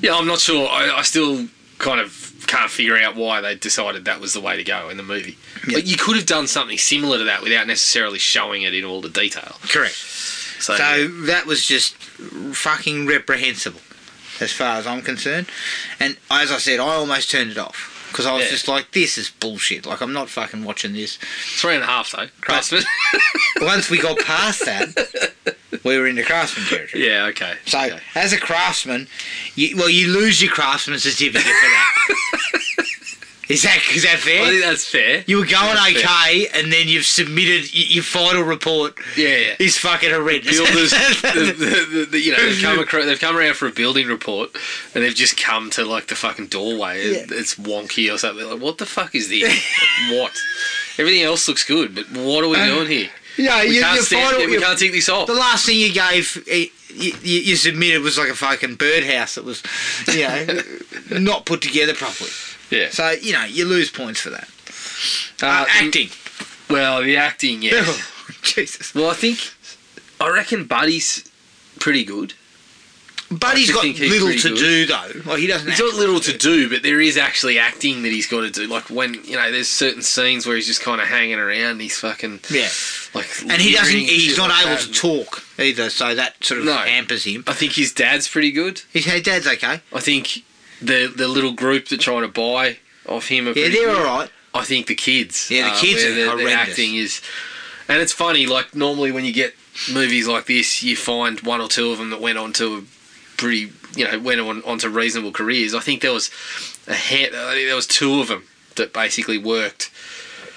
[SPEAKER 2] Yeah, I'm not sure. I, I still kind of can't figure out why they decided that was the way to go in the movie.
[SPEAKER 1] Yeah.
[SPEAKER 2] Like you could have done something similar to that without necessarily showing it in all the detail.
[SPEAKER 1] Correct.
[SPEAKER 2] So,
[SPEAKER 1] So that was just fucking reprehensible, as far as I'm concerned. And as I said, I almost turned it off because I was
[SPEAKER 2] Yeah.
[SPEAKER 1] just like, "This is bullshit. Like, I'm not fucking watching this."
[SPEAKER 2] three and a half though, Craftsman.
[SPEAKER 1] Once we got past that, we were into craftsman territory.
[SPEAKER 2] yeah, okay.
[SPEAKER 1] So,
[SPEAKER 2] okay.
[SPEAKER 1] as a craftsman, you, well, you lose your craftsman certificate for that. is that is that fair?
[SPEAKER 2] I think that's fair.
[SPEAKER 1] you were going
[SPEAKER 2] that's fair.
[SPEAKER 1] okay, and then you've submitted y- your final report.
[SPEAKER 2] Yeah, yeah.
[SPEAKER 1] Is fucking horrendous.
[SPEAKER 2] Builders, the, the, the, the, you know, they've come across, they've come around for a building report, and they've just come to like the fucking doorway. It- It's wonky or something. Like, what the fuck is this? what? Everything else looks good, but what
[SPEAKER 1] Uh,
[SPEAKER 2] are we doing here?
[SPEAKER 1] yeah,
[SPEAKER 2] We
[SPEAKER 1] you-
[SPEAKER 2] can't
[SPEAKER 1] your
[SPEAKER 2] stand,
[SPEAKER 1] final-
[SPEAKER 2] we
[SPEAKER 1] your-
[SPEAKER 2] can't take this off.
[SPEAKER 1] The last thing you gave, eh, you, you you submitted was like a fucking birdhouse that was, you know, not put together properly.
[SPEAKER 2] Yeah.
[SPEAKER 1] So you know you lose points for that.
[SPEAKER 2] Uh,
[SPEAKER 1] Uh, acting.
[SPEAKER 2] Well, the acting, yeah.
[SPEAKER 1] Jesus.
[SPEAKER 2] well, I think I reckon Buddy's pretty good.
[SPEAKER 1] Buddy's
[SPEAKER 2] do
[SPEAKER 1] got
[SPEAKER 2] think he's
[SPEAKER 1] little
[SPEAKER 2] pretty
[SPEAKER 1] to
[SPEAKER 2] good.
[SPEAKER 1] do though. Like he doesn't.
[SPEAKER 2] He's
[SPEAKER 1] have
[SPEAKER 2] got little to do, but there is actually acting that he's got to do. Like when you know, there's certain scenes where he's just kind of hanging around. And he's fucking
[SPEAKER 1] Yeah,
[SPEAKER 2] like,
[SPEAKER 1] and he doesn't.
[SPEAKER 2] leering and
[SPEAKER 1] He's
[SPEAKER 2] shit
[SPEAKER 1] not
[SPEAKER 2] like
[SPEAKER 1] able
[SPEAKER 2] that.
[SPEAKER 1] to talk either, so that sort of
[SPEAKER 2] No.
[SPEAKER 1] hampers him.
[SPEAKER 2] I think his dad's pretty good.
[SPEAKER 1] His hey, dad's okay.
[SPEAKER 2] I think the the little group that trying to buy off him. Are
[SPEAKER 1] Yeah,
[SPEAKER 2] pretty
[SPEAKER 1] they're
[SPEAKER 2] good.
[SPEAKER 1] all right.
[SPEAKER 2] I think the kids. uh,
[SPEAKER 1] Yeah, the kids
[SPEAKER 2] where
[SPEAKER 1] are
[SPEAKER 2] the- the
[SPEAKER 1] horrendous.
[SPEAKER 2] acting is, and it's funny. Like normally when you get movies like this, you find one or two of them that went on to a pretty, you know, went on onto reasonable careers. I think there was a hand, I think there was two of them that basically worked.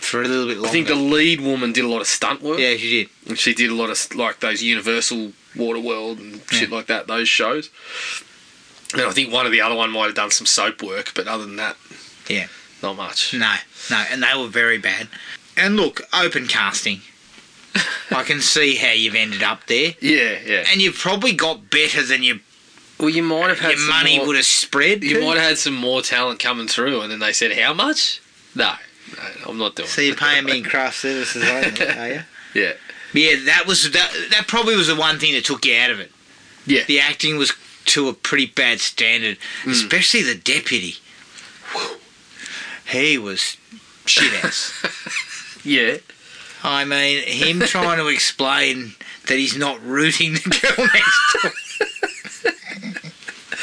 [SPEAKER 1] For a little bit longer.
[SPEAKER 2] I think the lead woman did a lot of stunt work.
[SPEAKER 1] yeah, she did.
[SPEAKER 2] And she did a lot of like those Universal Waterworld and
[SPEAKER 1] Hmm.
[SPEAKER 2] shit like that, those shows. And I think one or the other one might have done some soap work, but other than that,
[SPEAKER 1] Yeah.
[SPEAKER 2] not much.
[SPEAKER 1] No, no, and they were very bad. And look, open casting. I can see how you've ended up there,
[SPEAKER 2] Yeah, yeah.
[SPEAKER 1] and you've probably got better than your
[SPEAKER 2] Well, you might have had
[SPEAKER 1] your
[SPEAKER 2] some
[SPEAKER 1] money
[SPEAKER 2] more,
[SPEAKER 1] would have spread.
[SPEAKER 2] You
[SPEAKER 1] to.
[SPEAKER 2] might have had some more talent coming through, and then they said, "How much?" No, no I'm not doing.
[SPEAKER 1] So you're paying me in craft services only, are you?
[SPEAKER 2] Yeah,
[SPEAKER 1] Yeah, that was that. That probably was the one thing that took you out of it.
[SPEAKER 2] yeah.
[SPEAKER 1] The acting was to a pretty bad standard, especially the deputy. Whew. He was shit ass.
[SPEAKER 2] yeah.
[SPEAKER 1] I mean, him trying to explain that he's not rooting the girl next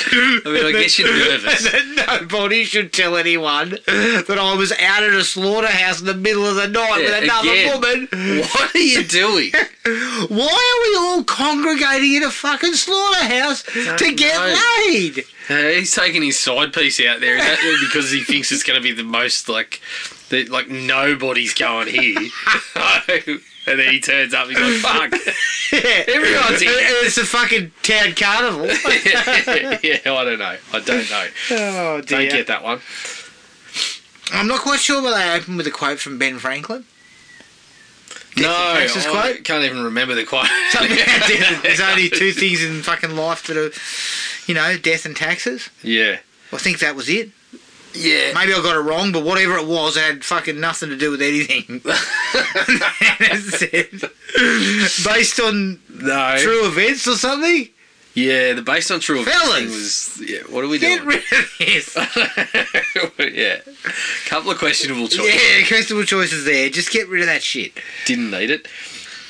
[SPEAKER 2] I mean, I guess you're nervous.
[SPEAKER 1] that nobody should tell anyone that I was out at a slaughterhouse in the middle of the night
[SPEAKER 2] Yeah,
[SPEAKER 1] with another
[SPEAKER 2] again.
[SPEAKER 1] woman.
[SPEAKER 2] What are you doing?
[SPEAKER 1] Why are we all congregating in a fucking slaughterhouse to get
[SPEAKER 2] know.
[SPEAKER 1] laid?
[SPEAKER 2] Uh, he's taking his side piece out there and that, because he thinks it's going to be the most like, the, like nobody's going here. and then he turns up. He's like, "Fuck." Everyone's in.
[SPEAKER 1] And- and It's a fucking town carnival.
[SPEAKER 2] yeah, I don't know. I don't know.
[SPEAKER 1] oh
[SPEAKER 2] Don't
[SPEAKER 1] dear.
[SPEAKER 2] get that one.
[SPEAKER 1] I'm not quite sure whether they open with a quote from Ben Franklin.
[SPEAKER 2] no,
[SPEAKER 1] Francis
[SPEAKER 2] I
[SPEAKER 1] quote?
[SPEAKER 2] can't even remember the quote.
[SPEAKER 1] Something about death. There's only two things in fucking life that are, you know, death and taxes.
[SPEAKER 2] Yeah.
[SPEAKER 1] I think that was it.
[SPEAKER 2] Yeah.
[SPEAKER 1] Maybe I got it wrong, but whatever it was, it had fucking nothing to do with anything. That's it. Based on
[SPEAKER 2] No.
[SPEAKER 1] true events or something?
[SPEAKER 2] Yeah, the based on true events
[SPEAKER 1] Fellas!
[SPEAKER 2] thing was. Yeah. What are we
[SPEAKER 1] Get
[SPEAKER 2] doing?
[SPEAKER 1] rid of this.
[SPEAKER 2] yeah. Couple of questionable choices.
[SPEAKER 1] yeah, questionable choices there. Just get rid of that shit.
[SPEAKER 2] Didn't need it.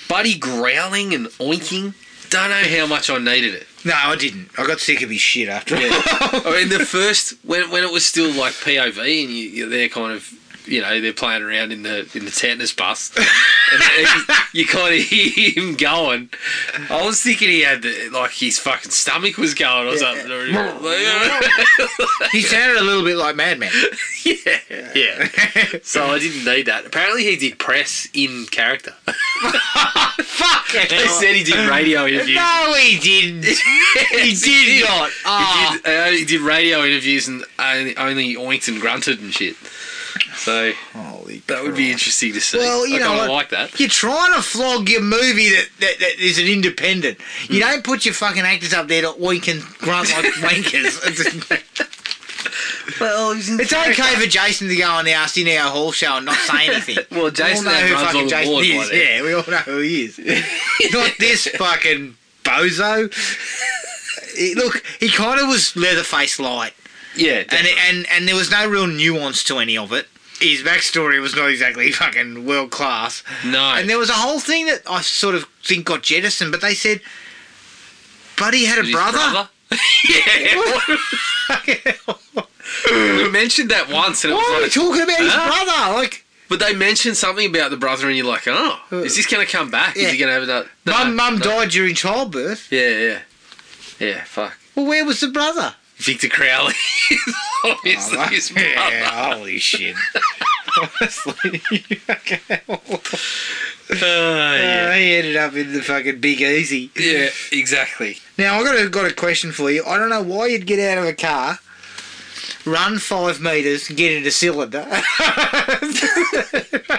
[SPEAKER 2] Buddy growling and oinking. Don't know how much I needed it.
[SPEAKER 1] No, I didn't. I got sick of his shit after all.
[SPEAKER 2] Yeah. I mean, the first when when it was still like POV and you, you- they're kind of you know they're playing around in the in the tetanus bus, and you, kind of hear him going. I was thinking he had the, like his fucking stomach was going or something. Or,
[SPEAKER 1] He sounded a little bit like Madman.
[SPEAKER 2] yeah, yeah. So I didn't need that. Apparently, he did press in character.
[SPEAKER 1] Fuck!
[SPEAKER 2] They said he did radio interviews.
[SPEAKER 1] No, he didn't. He did not. Ah.
[SPEAKER 2] He did, uh, he did radio interviews and only, only oinked and grunted and shit. So
[SPEAKER 1] Holy
[SPEAKER 2] that would be interesting to see.
[SPEAKER 1] Well, you
[SPEAKER 2] I
[SPEAKER 1] know
[SPEAKER 2] kinda
[SPEAKER 1] what?
[SPEAKER 2] like that.
[SPEAKER 1] You're trying to flog your movie that, that, that is an independent. You
[SPEAKER 2] Hmm.
[SPEAKER 1] don't put your fucking actors up there to oink and grunt like wankers.
[SPEAKER 2] Well,
[SPEAKER 1] it's okay for Jason to go on the Arsene Our Hall show and not say anything.
[SPEAKER 2] Well, Jason
[SPEAKER 1] we all know who
[SPEAKER 2] Abrams
[SPEAKER 1] fucking
[SPEAKER 2] on the
[SPEAKER 1] Jason
[SPEAKER 2] board by
[SPEAKER 1] is.
[SPEAKER 2] then.
[SPEAKER 1] Yeah, we all know who he is. not this fucking bozo. He- Look, he kind of was Leatherface light,
[SPEAKER 2] yeah,
[SPEAKER 1] and and and there was no real nuance to any of it. His backstory was not exactly fucking world class.
[SPEAKER 2] no,
[SPEAKER 1] And there was a whole thing that I sort of think got jettisoned, but they said Buddy had a
[SPEAKER 2] His
[SPEAKER 1] brother.
[SPEAKER 2] yeah, we mentioned that once, and it
[SPEAKER 1] Why are
[SPEAKER 2] was
[SPEAKER 1] we
[SPEAKER 2] like,
[SPEAKER 1] talking about his
[SPEAKER 2] Huh?
[SPEAKER 1] brother? Like,
[SPEAKER 2] but they mentioned something about the brother, and you're like, oh, is this going to come back?
[SPEAKER 1] Yeah.
[SPEAKER 2] Is he going to have another? No,
[SPEAKER 1] mum, mum
[SPEAKER 2] no.
[SPEAKER 1] died during childbirth.
[SPEAKER 2] Yeah, yeah, yeah. Fuck,
[SPEAKER 1] Well, where was the brother?
[SPEAKER 2] Victor Crowley is obviously his brother.
[SPEAKER 1] yeah, holy shit. Honestly, fucking hell.
[SPEAKER 2] Uh, yeah.
[SPEAKER 1] Uh, he ended up in the fucking Big Easy.
[SPEAKER 2] yeah, exactly.
[SPEAKER 1] Now I got a, got a question for you. I don't know why you'd get out of a car, run five meters, get in a cylinder.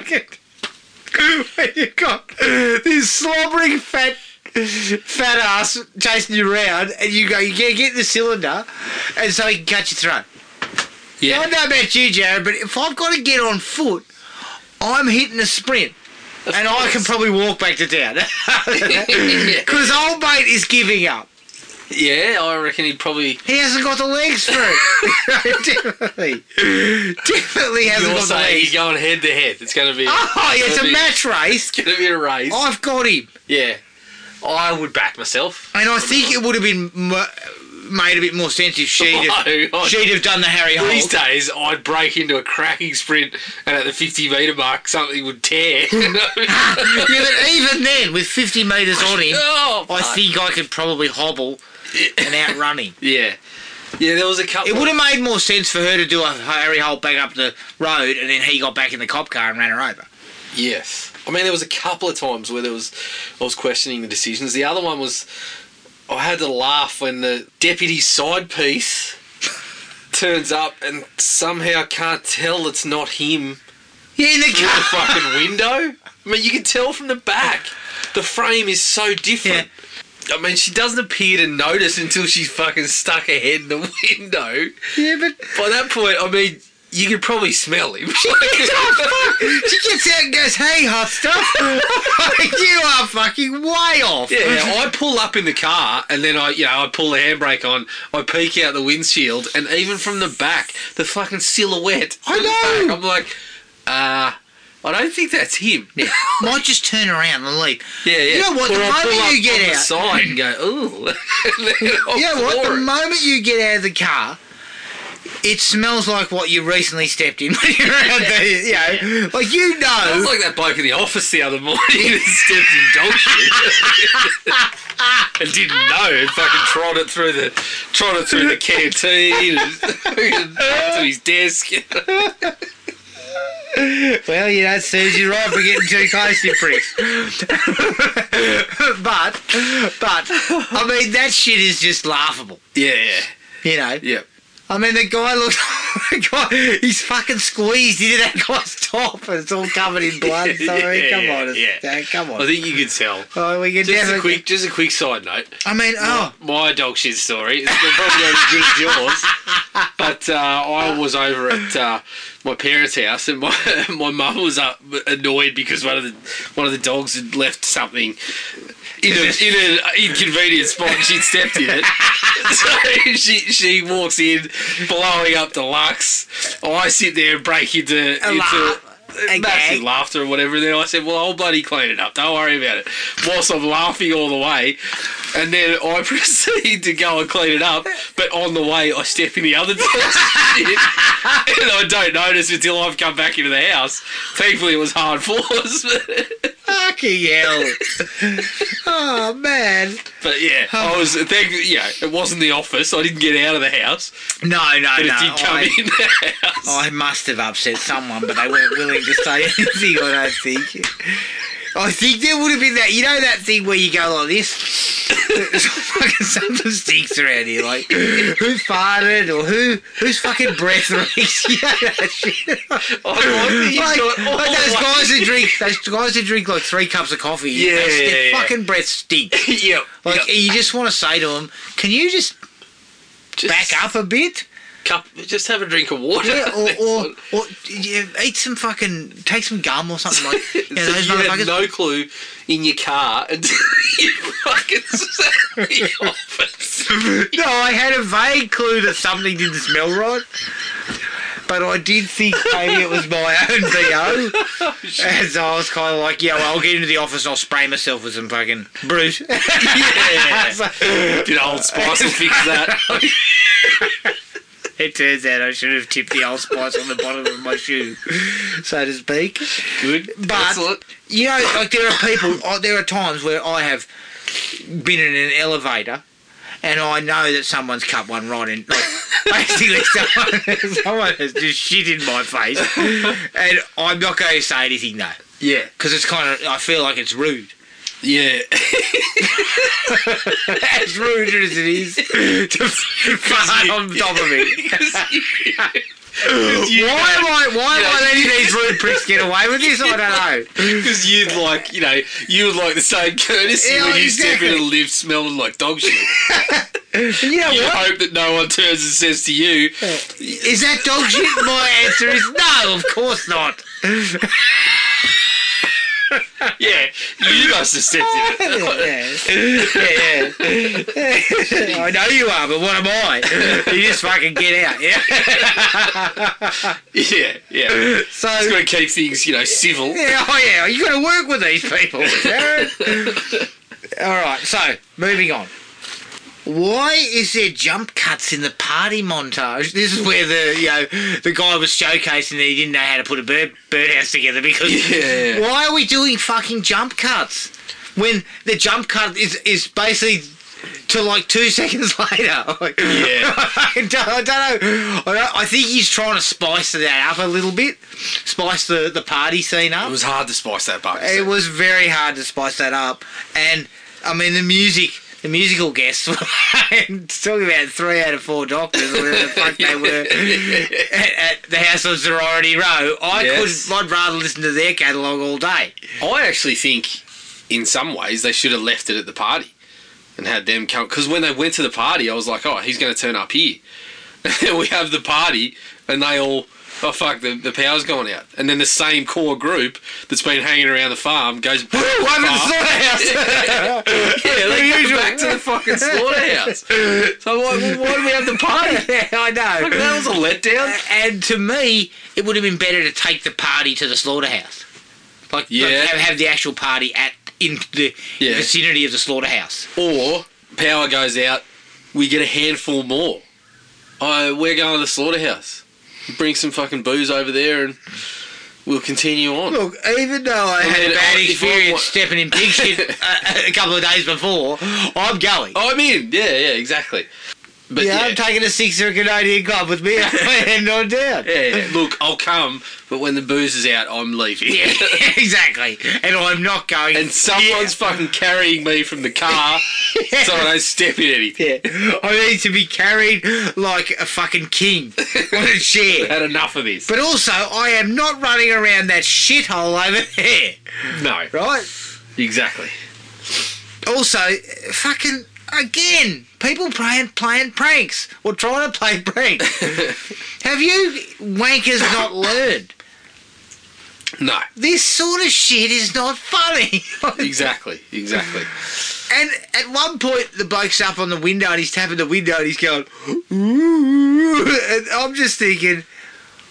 [SPEAKER 1] When you got this slobbering fat fat ass chasing you around, and you go, you get get in the cylinder, and so he can cut your throat. I
[SPEAKER 2] Yeah,
[SPEAKER 1] don't know about you, Jared, but if I've got to get on foot, I'm hitting a sprint. and I can probably walk back to town. Because old mate is giving up.
[SPEAKER 2] yeah. I reckon he'd probably.
[SPEAKER 1] He hasn't got the legs for it. definitely. Definitely hasn't
[SPEAKER 2] You're
[SPEAKER 1] got the
[SPEAKER 2] saying he's
[SPEAKER 1] legs.
[SPEAKER 2] going head to head. It's going to be.
[SPEAKER 1] Oh, it's a
[SPEAKER 2] Maybe.
[SPEAKER 1] match race.
[SPEAKER 2] Going to be a race.
[SPEAKER 1] I've got him.
[SPEAKER 2] Yeah, I would back myself.
[SPEAKER 1] And I think it would have been m- made a bit more sense if she'd have,
[SPEAKER 2] No, I-
[SPEAKER 1] she'd have done the Harry
[SPEAKER 2] These
[SPEAKER 1] Holt.
[SPEAKER 2] days, I'd break into a cracking sprint, and at the 50 metre mark, something would tear.
[SPEAKER 1] Yeah, but even then, with 50 metres on him,
[SPEAKER 2] oh,
[SPEAKER 1] I
[SPEAKER 2] fuck.
[SPEAKER 1] think I could probably hobble and outrun him.
[SPEAKER 2] Yeah. Yeah, there was a couple.
[SPEAKER 1] It would have made more sense for her to do a Harry Holt back up the road, and then he got back in the cop car and ran her over.
[SPEAKER 2] Yes. I mean, there was a couple of times where there was, I was questioning the decisions. The other one was, I had to laugh when the deputy's side piece turns up and somehow can't tell it's not him.
[SPEAKER 1] Yeah, in the
[SPEAKER 2] through the
[SPEAKER 1] car.
[SPEAKER 2] fucking window. I mean, you can tell from the back. The frame is so different. I mean, she doesn't appear to notice until she's fucking stuck her head in the window.
[SPEAKER 1] Yeah, but
[SPEAKER 2] By that point, I mean, you could probably smell him.
[SPEAKER 1] she gets out and goes, "Hey, hot stuff, you are fucking way off."
[SPEAKER 2] Yeah, yeah, I pull up in the car and then I, you know, I pull the handbrake on. I peek out the windshield, and even from the back, the fucking silhouette.
[SPEAKER 1] I
[SPEAKER 2] from the back,
[SPEAKER 1] know.
[SPEAKER 2] I'm like, uh, I don't think that's him.
[SPEAKER 1] Yeah. Might just turn around and leave.
[SPEAKER 2] Yeah, yeah.
[SPEAKER 1] You know what, the
[SPEAKER 2] Or I'll
[SPEAKER 1] moment
[SPEAKER 2] pull up
[SPEAKER 1] you get
[SPEAKER 2] on the
[SPEAKER 1] out-
[SPEAKER 2] side and go, ooh. Oh,
[SPEAKER 1] You know what? The
[SPEAKER 2] The
[SPEAKER 1] moment you get out of the car, it smells like what you recently stepped in when you're out there. You know, like you know.
[SPEAKER 2] Sounds like that bloke in the office the other morning that stepped in dog shit and didn't know and fucking trod it through the trod it through the canteen and fucking up to his desk.
[SPEAKER 1] Well, you know, Suze, you're right for getting too close, you pricks. but, but, I mean, that shit is just laughable,
[SPEAKER 2] Yeah, yeah,
[SPEAKER 1] you know.
[SPEAKER 2] yeah.
[SPEAKER 1] I mean, the guy looks, the guy, he's fucking squeezed into that guy's top and it's all covered in blood. So, I mean,
[SPEAKER 2] Yeah,
[SPEAKER 1] come
[SPEAKER 2] yeah,
[SPEAKER 1] on, it's,
[SPEAKER 2] yeah.
[SPEAKER 1] uh, come
[SPEAKER 2] I
[SPEAKER 1] on.
[SPEAKER 2] think you could tell.
[SPEAKER 1] Oh, we can
[SPEAKER 2] Just a
[SPEAKER 1] definitely-
[SPEAKER 2] quick, just a quick side note.
[SPEAKER 1] I mean, oh,
[SPEAKER 2] my dog shit story. It's probably not as good as yours. But uh, I was over at uh, my parents' house, and my my mum was uh, annoyed because one of the one of the dogs had left something in, a, in an inconvenient spot. and She'd stepped in it, so she she walks in, blowing up the Lux. I sit there and break into
[SPEAKER 1] A
[SPEAKER 2] into.
[SPEAKER 1] laugh.
[SPEAKER 2] Massive
[SPEAKER 1] A gag.
[SPEAKER 2] laughter or whatever. And then I said, "Well, I'll bloody clean it up. Don't worry about it." Whilst I'm laughing all the way, and then I proceed to go and clean it up, but on the way I step in the other dog's shit, and I don't notice until I've come back into the house. Thankfully, it was hard floors, but,
[SPEAKER 1] fucking hell. oh, man.
[SPEAKER 2] but yeah, I was thank yeah. It wasn't the office. I didn't get out of the house,
[SPEAKER 1] No, no,
[SPEAKER 2] but
[SPEAKER 1] no.
[SPEAKER 2] it did come
[SPEAKER 1] I-
[SPEAKER 2] in the house.
[SPEAKER 1] I must have upset someone, but they weren't willing to say anything. I don't think. I think there would have been that. You know that thing where you go like this. There's fucking something stinks around here. Like who farted or who whose fucking breath reeks. You know that shit.
[SPEAKER 2] I like that you
[SPEAKER 1] Like,
[SPEAKER 2] got oh, all
[SPEAKER 1] like those
[SPEAKER 2] the way-
[SPEAKER 1] guys who drink, those guys who drink like three cups of coffee.
[SPEAKER 2] Yeah,
[SPEAKER 1] their- their
[SPEAKER 2] yeah, yeah.
[SPEAKER 1] fucking breath stinks.
[SPEAKER 2] Yep.
[SPEAKER 1] Like
[SPEAKER 2] yep.
[SPEAKER 1] you just want to say to them, can you just
[SPEAKER 2] Just
[SPEAKER 1] back up a bit?
[SPEAKER 2] Cup, just have a drink of water.
[SPEAKER 1] Yeah, or, or, or yeah, eat some fucking, take some gum or something like. Yeah,
[SPEAKER 2] So
[SPEAKER 1] those
[SPEAKER 2] you
[SPEAKER 1] motherfuckers.
[SPEAKER 2] had no clue in your car until you fucking sat in the office.
[SPEAKER 1] no, I had a vague clue that something didn't smell right, but I did think maybe it was my own VO. and so I was kind of like, yeah, well, I'll get into the office and I'll spray myself with some fucking brute.
[SPEAKER 2] Yeah.
[SPEAKER 1] So,
[SPEAKER 2] Did Old Spice will fix that?
[SPEAKER 1] it turns out I should have tipped the old spice on the bottom of my shoe, so to speak.
[SPEAKER 2] Good.
[SPEAKER 1] But-
[SPEAKER 2] Excellent.
[SPEAKER 1] You know, like there are people, oh, there are times where I have been in an elevator and I know that someone's cut one right in. Like, basically, someone, someone has just shit in my face. And I'm not going to say anything though,
[SPEAKER 2] Yeah.
[SPEAKER 1] because it's kind of, I feel like it's rude.
[SPEAKER 2] Yeah.
[SPEAKER 1] As rude as it is to fart on top of me. Why am I, why am I letting these rude pricks get away with this? I don't know.
[SPEAKER 2] Because you'd like, you know, you would like the same courtesy
[SPEAKER 1] Yeah,
[SPEAKER 2] when you step in
[SPEAKER 1] exactly.
[SPEAKER 2] a lift smelling like dog shit.
[SPEAKER 1] You know
[SPEAKER 2] You
[SPEAKER 1] what?
[SPEAKER 2] hope that no one turns and says to you,
[SPEAKER 1] Is that dog shit? My answer is no, of course not.
[SPEAKER 2] yeah, you must have stepped in it.
[SPEAKER 1] yeah, yeah. yeah. I know you are, but what am I? You just fucking get out. Yeah.
[SPEAKER 2] Yeah, yeah.
[SPEAKER 1] So
[SPEAKER 2] It's got to keep things, you know, civil.
[SPEAKER 1] yeah, oh yeah, you got to work with these people. Darren. All right. So moving on. Why is there jump cuts in the party montage? This is where the you know the guy was showcasing that he didn't know how to put a bird birdhouse together because
[SPEAKER 2] Yeah.
[SPEAKER 1] why are we doing fucking jump cuts when the jump cut is is basically to like two seconds later?
[SPEAKER 2] Yeah.
[SPEAKER 1] I don't, I don't know. I, don't, I think he's trying to spice that up a little bit, spice the the party scene up.
[SPEAKER 2] It was hard to spice that bug.
[SPEAKER 1] It was very hard to spice that up, and I mean the music, the musical guests. were talking about three out of four doctors, or whatever the fuck they were, at, at the House of Sorority Row. I
[SPEAKER 2] Yes.
[SPEAKER 1] could, I'd rather listen to their catalogue all day.
[SPEAKER 2] I actually think, in some ways, they should have left it at the party and had them come. Because when they went to the party, I was like, oh, he's going to turn up here. And then we have the party, and they all, oh, fuck, the, the power's gone out. And then the same core group that's been hanging around the farm goes, back to the
[SPEAKER 1] One at the
[SPEAKER 2] farm.
[SPEAKER 1] slaughterhouse.
[SPEAKER 2] Yeah, they
[SPEAKER 1] usual.
[SPEAKER 2] go back to the fucking slaughterhouse. So I'm like, well, why do we have the party?
[SPEAKER 1] yeah, I know.
[SPEAKER 2] That was a letdown.
[SPEAKER 1] And to me, it would have been better to take the party to the slaughterhouse. Like,
[SPEAKER 2] Yeah.
[SPEAKER 1] like, have, have the actual party at in the
[SPEAKER 2] Yeah.
[SPEAKER 1] vicinity of the slaughterhouse.
[SPEAKER 2] Or power goes out, we get a handful more. Oh, we're going to the slaughterhouse. Bring some fucking booze over there and we'll continue on. Oh,
[SPEAKER 1] Look, even though I,
[SPEAKER 2] had
[SPEAKER 1] had
[SPEAKER 2] mean,
[SPEAKER 1] a
[SPEAKER 2] a
[SPEAKER 1] bad
[SPEAKER 2] bad if I
[SPEAKER 1] experience
[SPEAKER 2] experience wa-
[SPEAKER 1] stepping in pig shit uh, a, couple of days before, I'm going.
[SPEAKER 2] Oh, I mean, yeah, yeah, exactly. But
[SPEAKER 1] yeah,
[SPEAKER 2] yeah,
[SPEAKER 1] I'm taking a sixer Canadian club with me. and I'm down.
[SPEAKER 2] yeah, yeah, look, I'll come, but when the booze is out, I'm leaving.
[SPEAKER 1] Yeah, exactly. And I'm not going.
[SPEAKER 2] and someone's fucking carrying me from the car, so I don't step in anything.
[SPEAKER 1] Yeah. I need to be carried like a fucking king on a chair.
[SPEAKER 2] Had enough of this.
[SPEAKER 1] But also, I am not running around that shithole over there,
[SPEAKER 2] no,
[SPEAKER 1] right?
[SPEAKER 2] exactly.
[SPEAKER 1] Also, fucking again, people playing playing pranks or trying to play pranks. Have you wankers not learned?
[SPEAKER 2] No,
[SPEAKER 1] This sort of shit is not funny.
[SPEAKER 2] exactly, exactly.
[SPEAKER 1] And at one point, the bloke's up on the window and he's tapping the window and he's going, and I'm just thinking,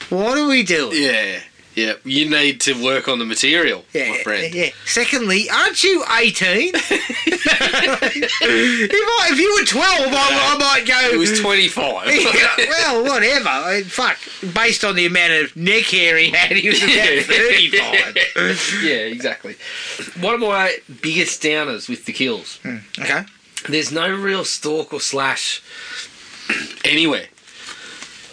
[SPEAKER 1] what are we doing?
[SPEAKER 2] Yeah, yeah. You need to work on the material, my friend.
[SPEAKER 1] yeah. Secondly, aren't you 18? if, I, if you were 12, I, I might go.
[SPEAKER 2] It was 25.
[SPEAKER 1] Yeah, well, whatever. I mean, fuck. Based on the amount of neck hair he had, he was about 35.
[SPEAKER 2] yeah, exactly. One of my biggest downers with the kills.
[SPEAKER 1] Okay.
[SPEAKER 2] There's no real stalk or slash anywhere.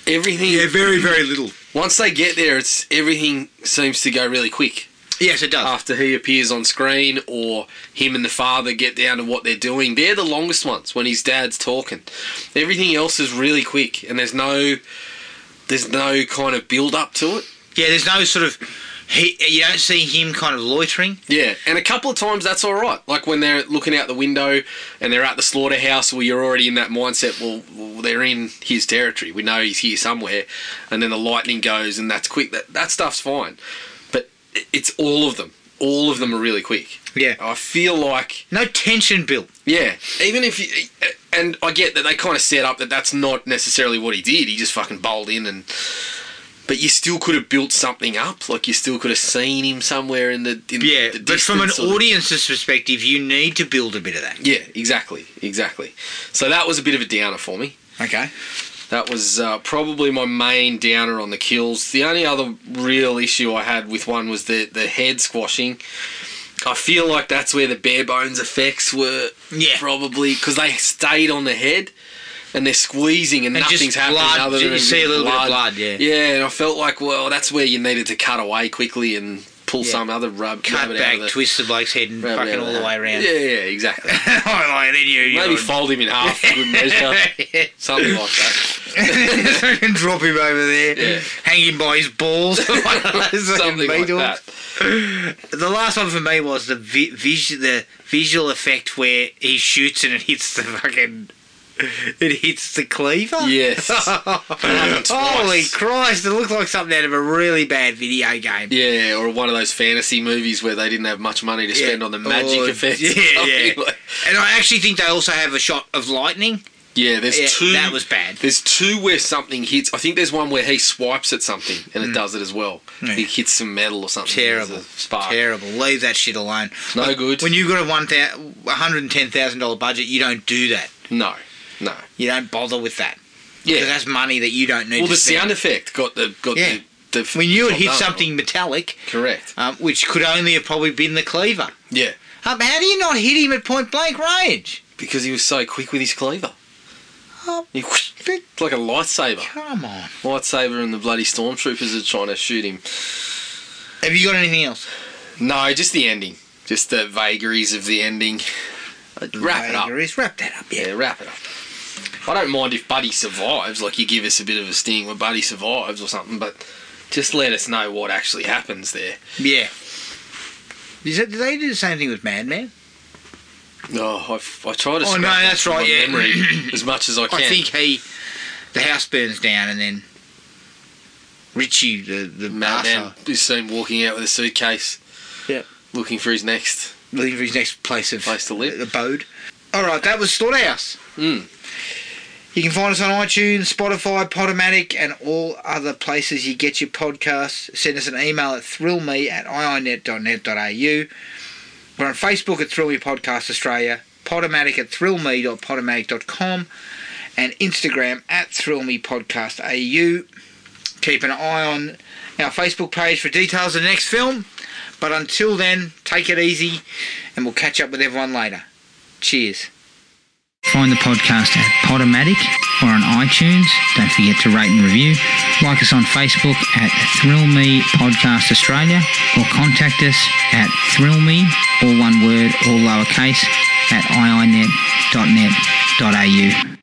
[SPEAKER 2] Everything.
[SPEAKER 1] very, very little.
[SPEAKER 2] Once they get there, it's everything seems to go really quick.
[SPEAKER 1] Yes, it does.
[SPEAKER 2] After he appears on screen, or him and the father get down to what they're doing, they're the longest ones when his dad's talking. Everything else is really quick, and there's no, there's no kind of build up to it.
[SPEAKER 1] Yeah, there's no sort of. He, you don't see him kind of loitering.
[SPEAKER 2] Yeah, and a couple of times that's all right. Like when they're looking out the window and they're at the slaughterhouse, well, you're already in that mindset. Well, well, they're in his territory. We know he's here somewhere, and then the lightning goes, and that's quick. That that stuff's fine, but i- it's all of them. All of them are really quick.
[SPEAKER 1] Yeah.
[SPEAKER 2] I feel like
[SPEAKER 1] No tension built.
[SPEAKER 2] yeah, even if you, and I get that they kind of set up that that's not necessarily what he did. He just fucking bowled in and. But you still could have built something up, like you still could have seen him somewhere in the in
[SPEAKER 1] Yeah,
[SPEAKER 2] the
[SPEAKER 1] but from an
[SPEAKER 2] distance or the-
[SPEAKER 1] audience's perspective, you need to build a bit of that.
[SPEAKER 2] yeah, exactly, exactly. So that was a bit of a downer for me.
[SPEAKER 1] Okay.
[SPEAKER 2] That was uh, probably my main downer on the kills. The only other real issue I had with one was the the head squashing. I feel like that's where the bare bones effects were
[SPEAKER 1] Yeah.
[SPEAKER 2] probably because they stayed on the head and they're squeezing and,
[SPEAKER 1] And just
[SPEAKER 2] nothing's happening
[SPEAKER 1] blood,
[SPEAKER 2] other
[SPEAKER 1] you
[SPEAKER 2] than
[SPEAKER 1] see a little bit of blood, yeah.
[SPEAKER 2] yeah. And I felt like well, that's where you needed to cut away quickly and pull
[SPEAKER 1] Yeah.
[SPEAKER 2] some other rub
[SPEAKER 1] Cut
[SPEAKER 2] rabbit out
[SPEAKER 1] back,
[SPEAKER 2] of the-
[SPEAKER 1] twist the bloke's head, and
[SPEAKER 2] rabbit out
[SPEAKER 1] fucking
[SPEAKER 2] of
[SPEAKER 1] all the way around.
[SPEAKER 2] Yeah, yeah, exactly.
[SPEAKER 1] Like, then you, you
[SPEAKER 2] Maybe
[SPEAKER 1] know,
[SPEAKER 2] fold him in half for good measure. Something like that.
[SPEAKER 1] Fucking drop him over there,
[SPEAKER 2] Yeah.
[SPEAKER 1] hang him by his balls.
[SPEAKER 2] Something like
[SPEAKER 1] Beatles.
[SPEAKER 2] that.
[SPEAKER 1] The last one for me was the vi- visu- the visual effect where he shoots and it hits the fucking. It hits the cleaver.
[SPEAKER 2] Yes. happened
[SPEAKER 1] Holy
[SPEAKER 2] twice.
[SPEAKER 1] Christ! It looked like something out of a really bad video game.
[SPEAKER 2] Yeah, or one of those fantasy movies where they didn't have much money to spend on the magic
[SPEAKER 1] Or-
[SPEAKER 2] effects.
[SPEAKER 1] Oh, Yeah, yeah.
[SPEAKER 2] Something like-
[SPEAKER 1] and I actually think they also have a shot of lightning.
[SPEAKER 2] yeah, there's
[SPEAKER 1] Yeah,
[SPEAKER 2] two.
[SPEAKER 1] that was bad.
[SPEAKER 2] There's two where something hits. I think there's one where he swipes at something and it does it as well.
[SPEAKER 1] Yeah.
[SPEAKER 2] He hits some metal or something. There's
[SPEAKER 1] Hmm. Terrible.
[SPEAKER 2] a Spark.
[SPEAKER 1] Terrible. Leave that shit alone.
[SPEAKER 2] No good.
[SPEAKER 1] When you've got a one hundred and ten thousand dollar budget, you don't do that.
[SPEAKER 2] no, no.
[SPEAKER 1] You don't bother with that. Because
[SPEAKER 2] Yeah.
[SPEAKER 1] that's money that you don't need.
[SPEAKER 2] Well,
[SPEAKER 1] to
[SPEAKER 2] the
[SPEAKER 1] spend.
[SPEAKER 2] sound effect got the got
[SPEAKER 1] Yeah.
[SPEAKER 2] the. the
[SPEAKER 1] We knew it
[SPEAKER 2] top
[SPEAKER 1] hit
[SPEAKER 2] down.
[SPEAKER 1] something metallic,
[SPEAKER 2] Correct.
[SPEAKER 1] um, which could only have probably been the cleaver.
[SPEAKER 2] Yeah,
[SPEAKER 1] Um, how do you not hit him at point blank range?
[SPEAKER 2] because he was so quick with his cleaver.
[SPEAKER 1] Oh,
[SPEAKER 2] He whoosh, it's like a lightsaber.
[SPEAKER 1] come on.
[SPEAKER 2] Lightsaber and the bloody stormtroopers are trying to shoot him.
[SPEAKER 1] Have you got anything else?
[SPEAKER 2] No, just the ending. Just the vagaries of the ending. Wrap it up.
[SPEAKER 1] Vagaries. Wrap that up. Yeah.
[SPEAKER 2] Yeah, wrap it up. I don't mind if Buddy survives, like you give us a bit of a sting where Buddy survives or something, but just let us know what actually happens there.
[SPEAKER 1] Yeah. Is it, did they do the same thing with Madman?
[SPEAKER 2] No, I, I try to.
[SPEAKER 1] Oh,
[SPEAKER 2] scrap
[SPEAKER 1] no,
[SPEAKER 2] that
[SPEAKER 1] that's
[SPEAKER 2] from
[SPEAKER 1] right,
[SPEAKER 2] my
[SPEAKER 1] yeah.
[SPEAKER 2] Memory as much as I can.
[SPEAKER 1] I think he, the house burns down, and then Richie, the the
[SPEAKER 2] Madman
[SPEAKER 1] bastard,
[SPEAKER 2] is seen walking out with a suitcase.
[SPEAKER 1] Yeah.
[SPEAKER 2] Looking for his next.
[SPEAKER 1] looking for his next place of
[SPEAKER 2] Place to live.
[SPEAKER 1] abode. All right, that was slaughterhouse.
[SPEAKER 2] Mm.
[SPEAKER 1] You can find us on iTunes, Spotify, Podomatic, and all other places you get your podcasts. Send us an email at thrillme at iinet.net.au. We're on Facebook at Thrill Me Podcast Australia, Podomatic at thrillme.podomatic.com, and Instagram at Thrill Me Podcast AU. Keep an eye on our Facebook page for details of the next film. But until then, take it easy and we'll catch up with everyone later. Cheers. Find the podcast at Podomatic or on iTunes. Don't forget to rate and review. Like us on Facebook at Thrill Me Podcast Australia or contact us at thrillme, all one word, all lowercase, at iinet.net.au.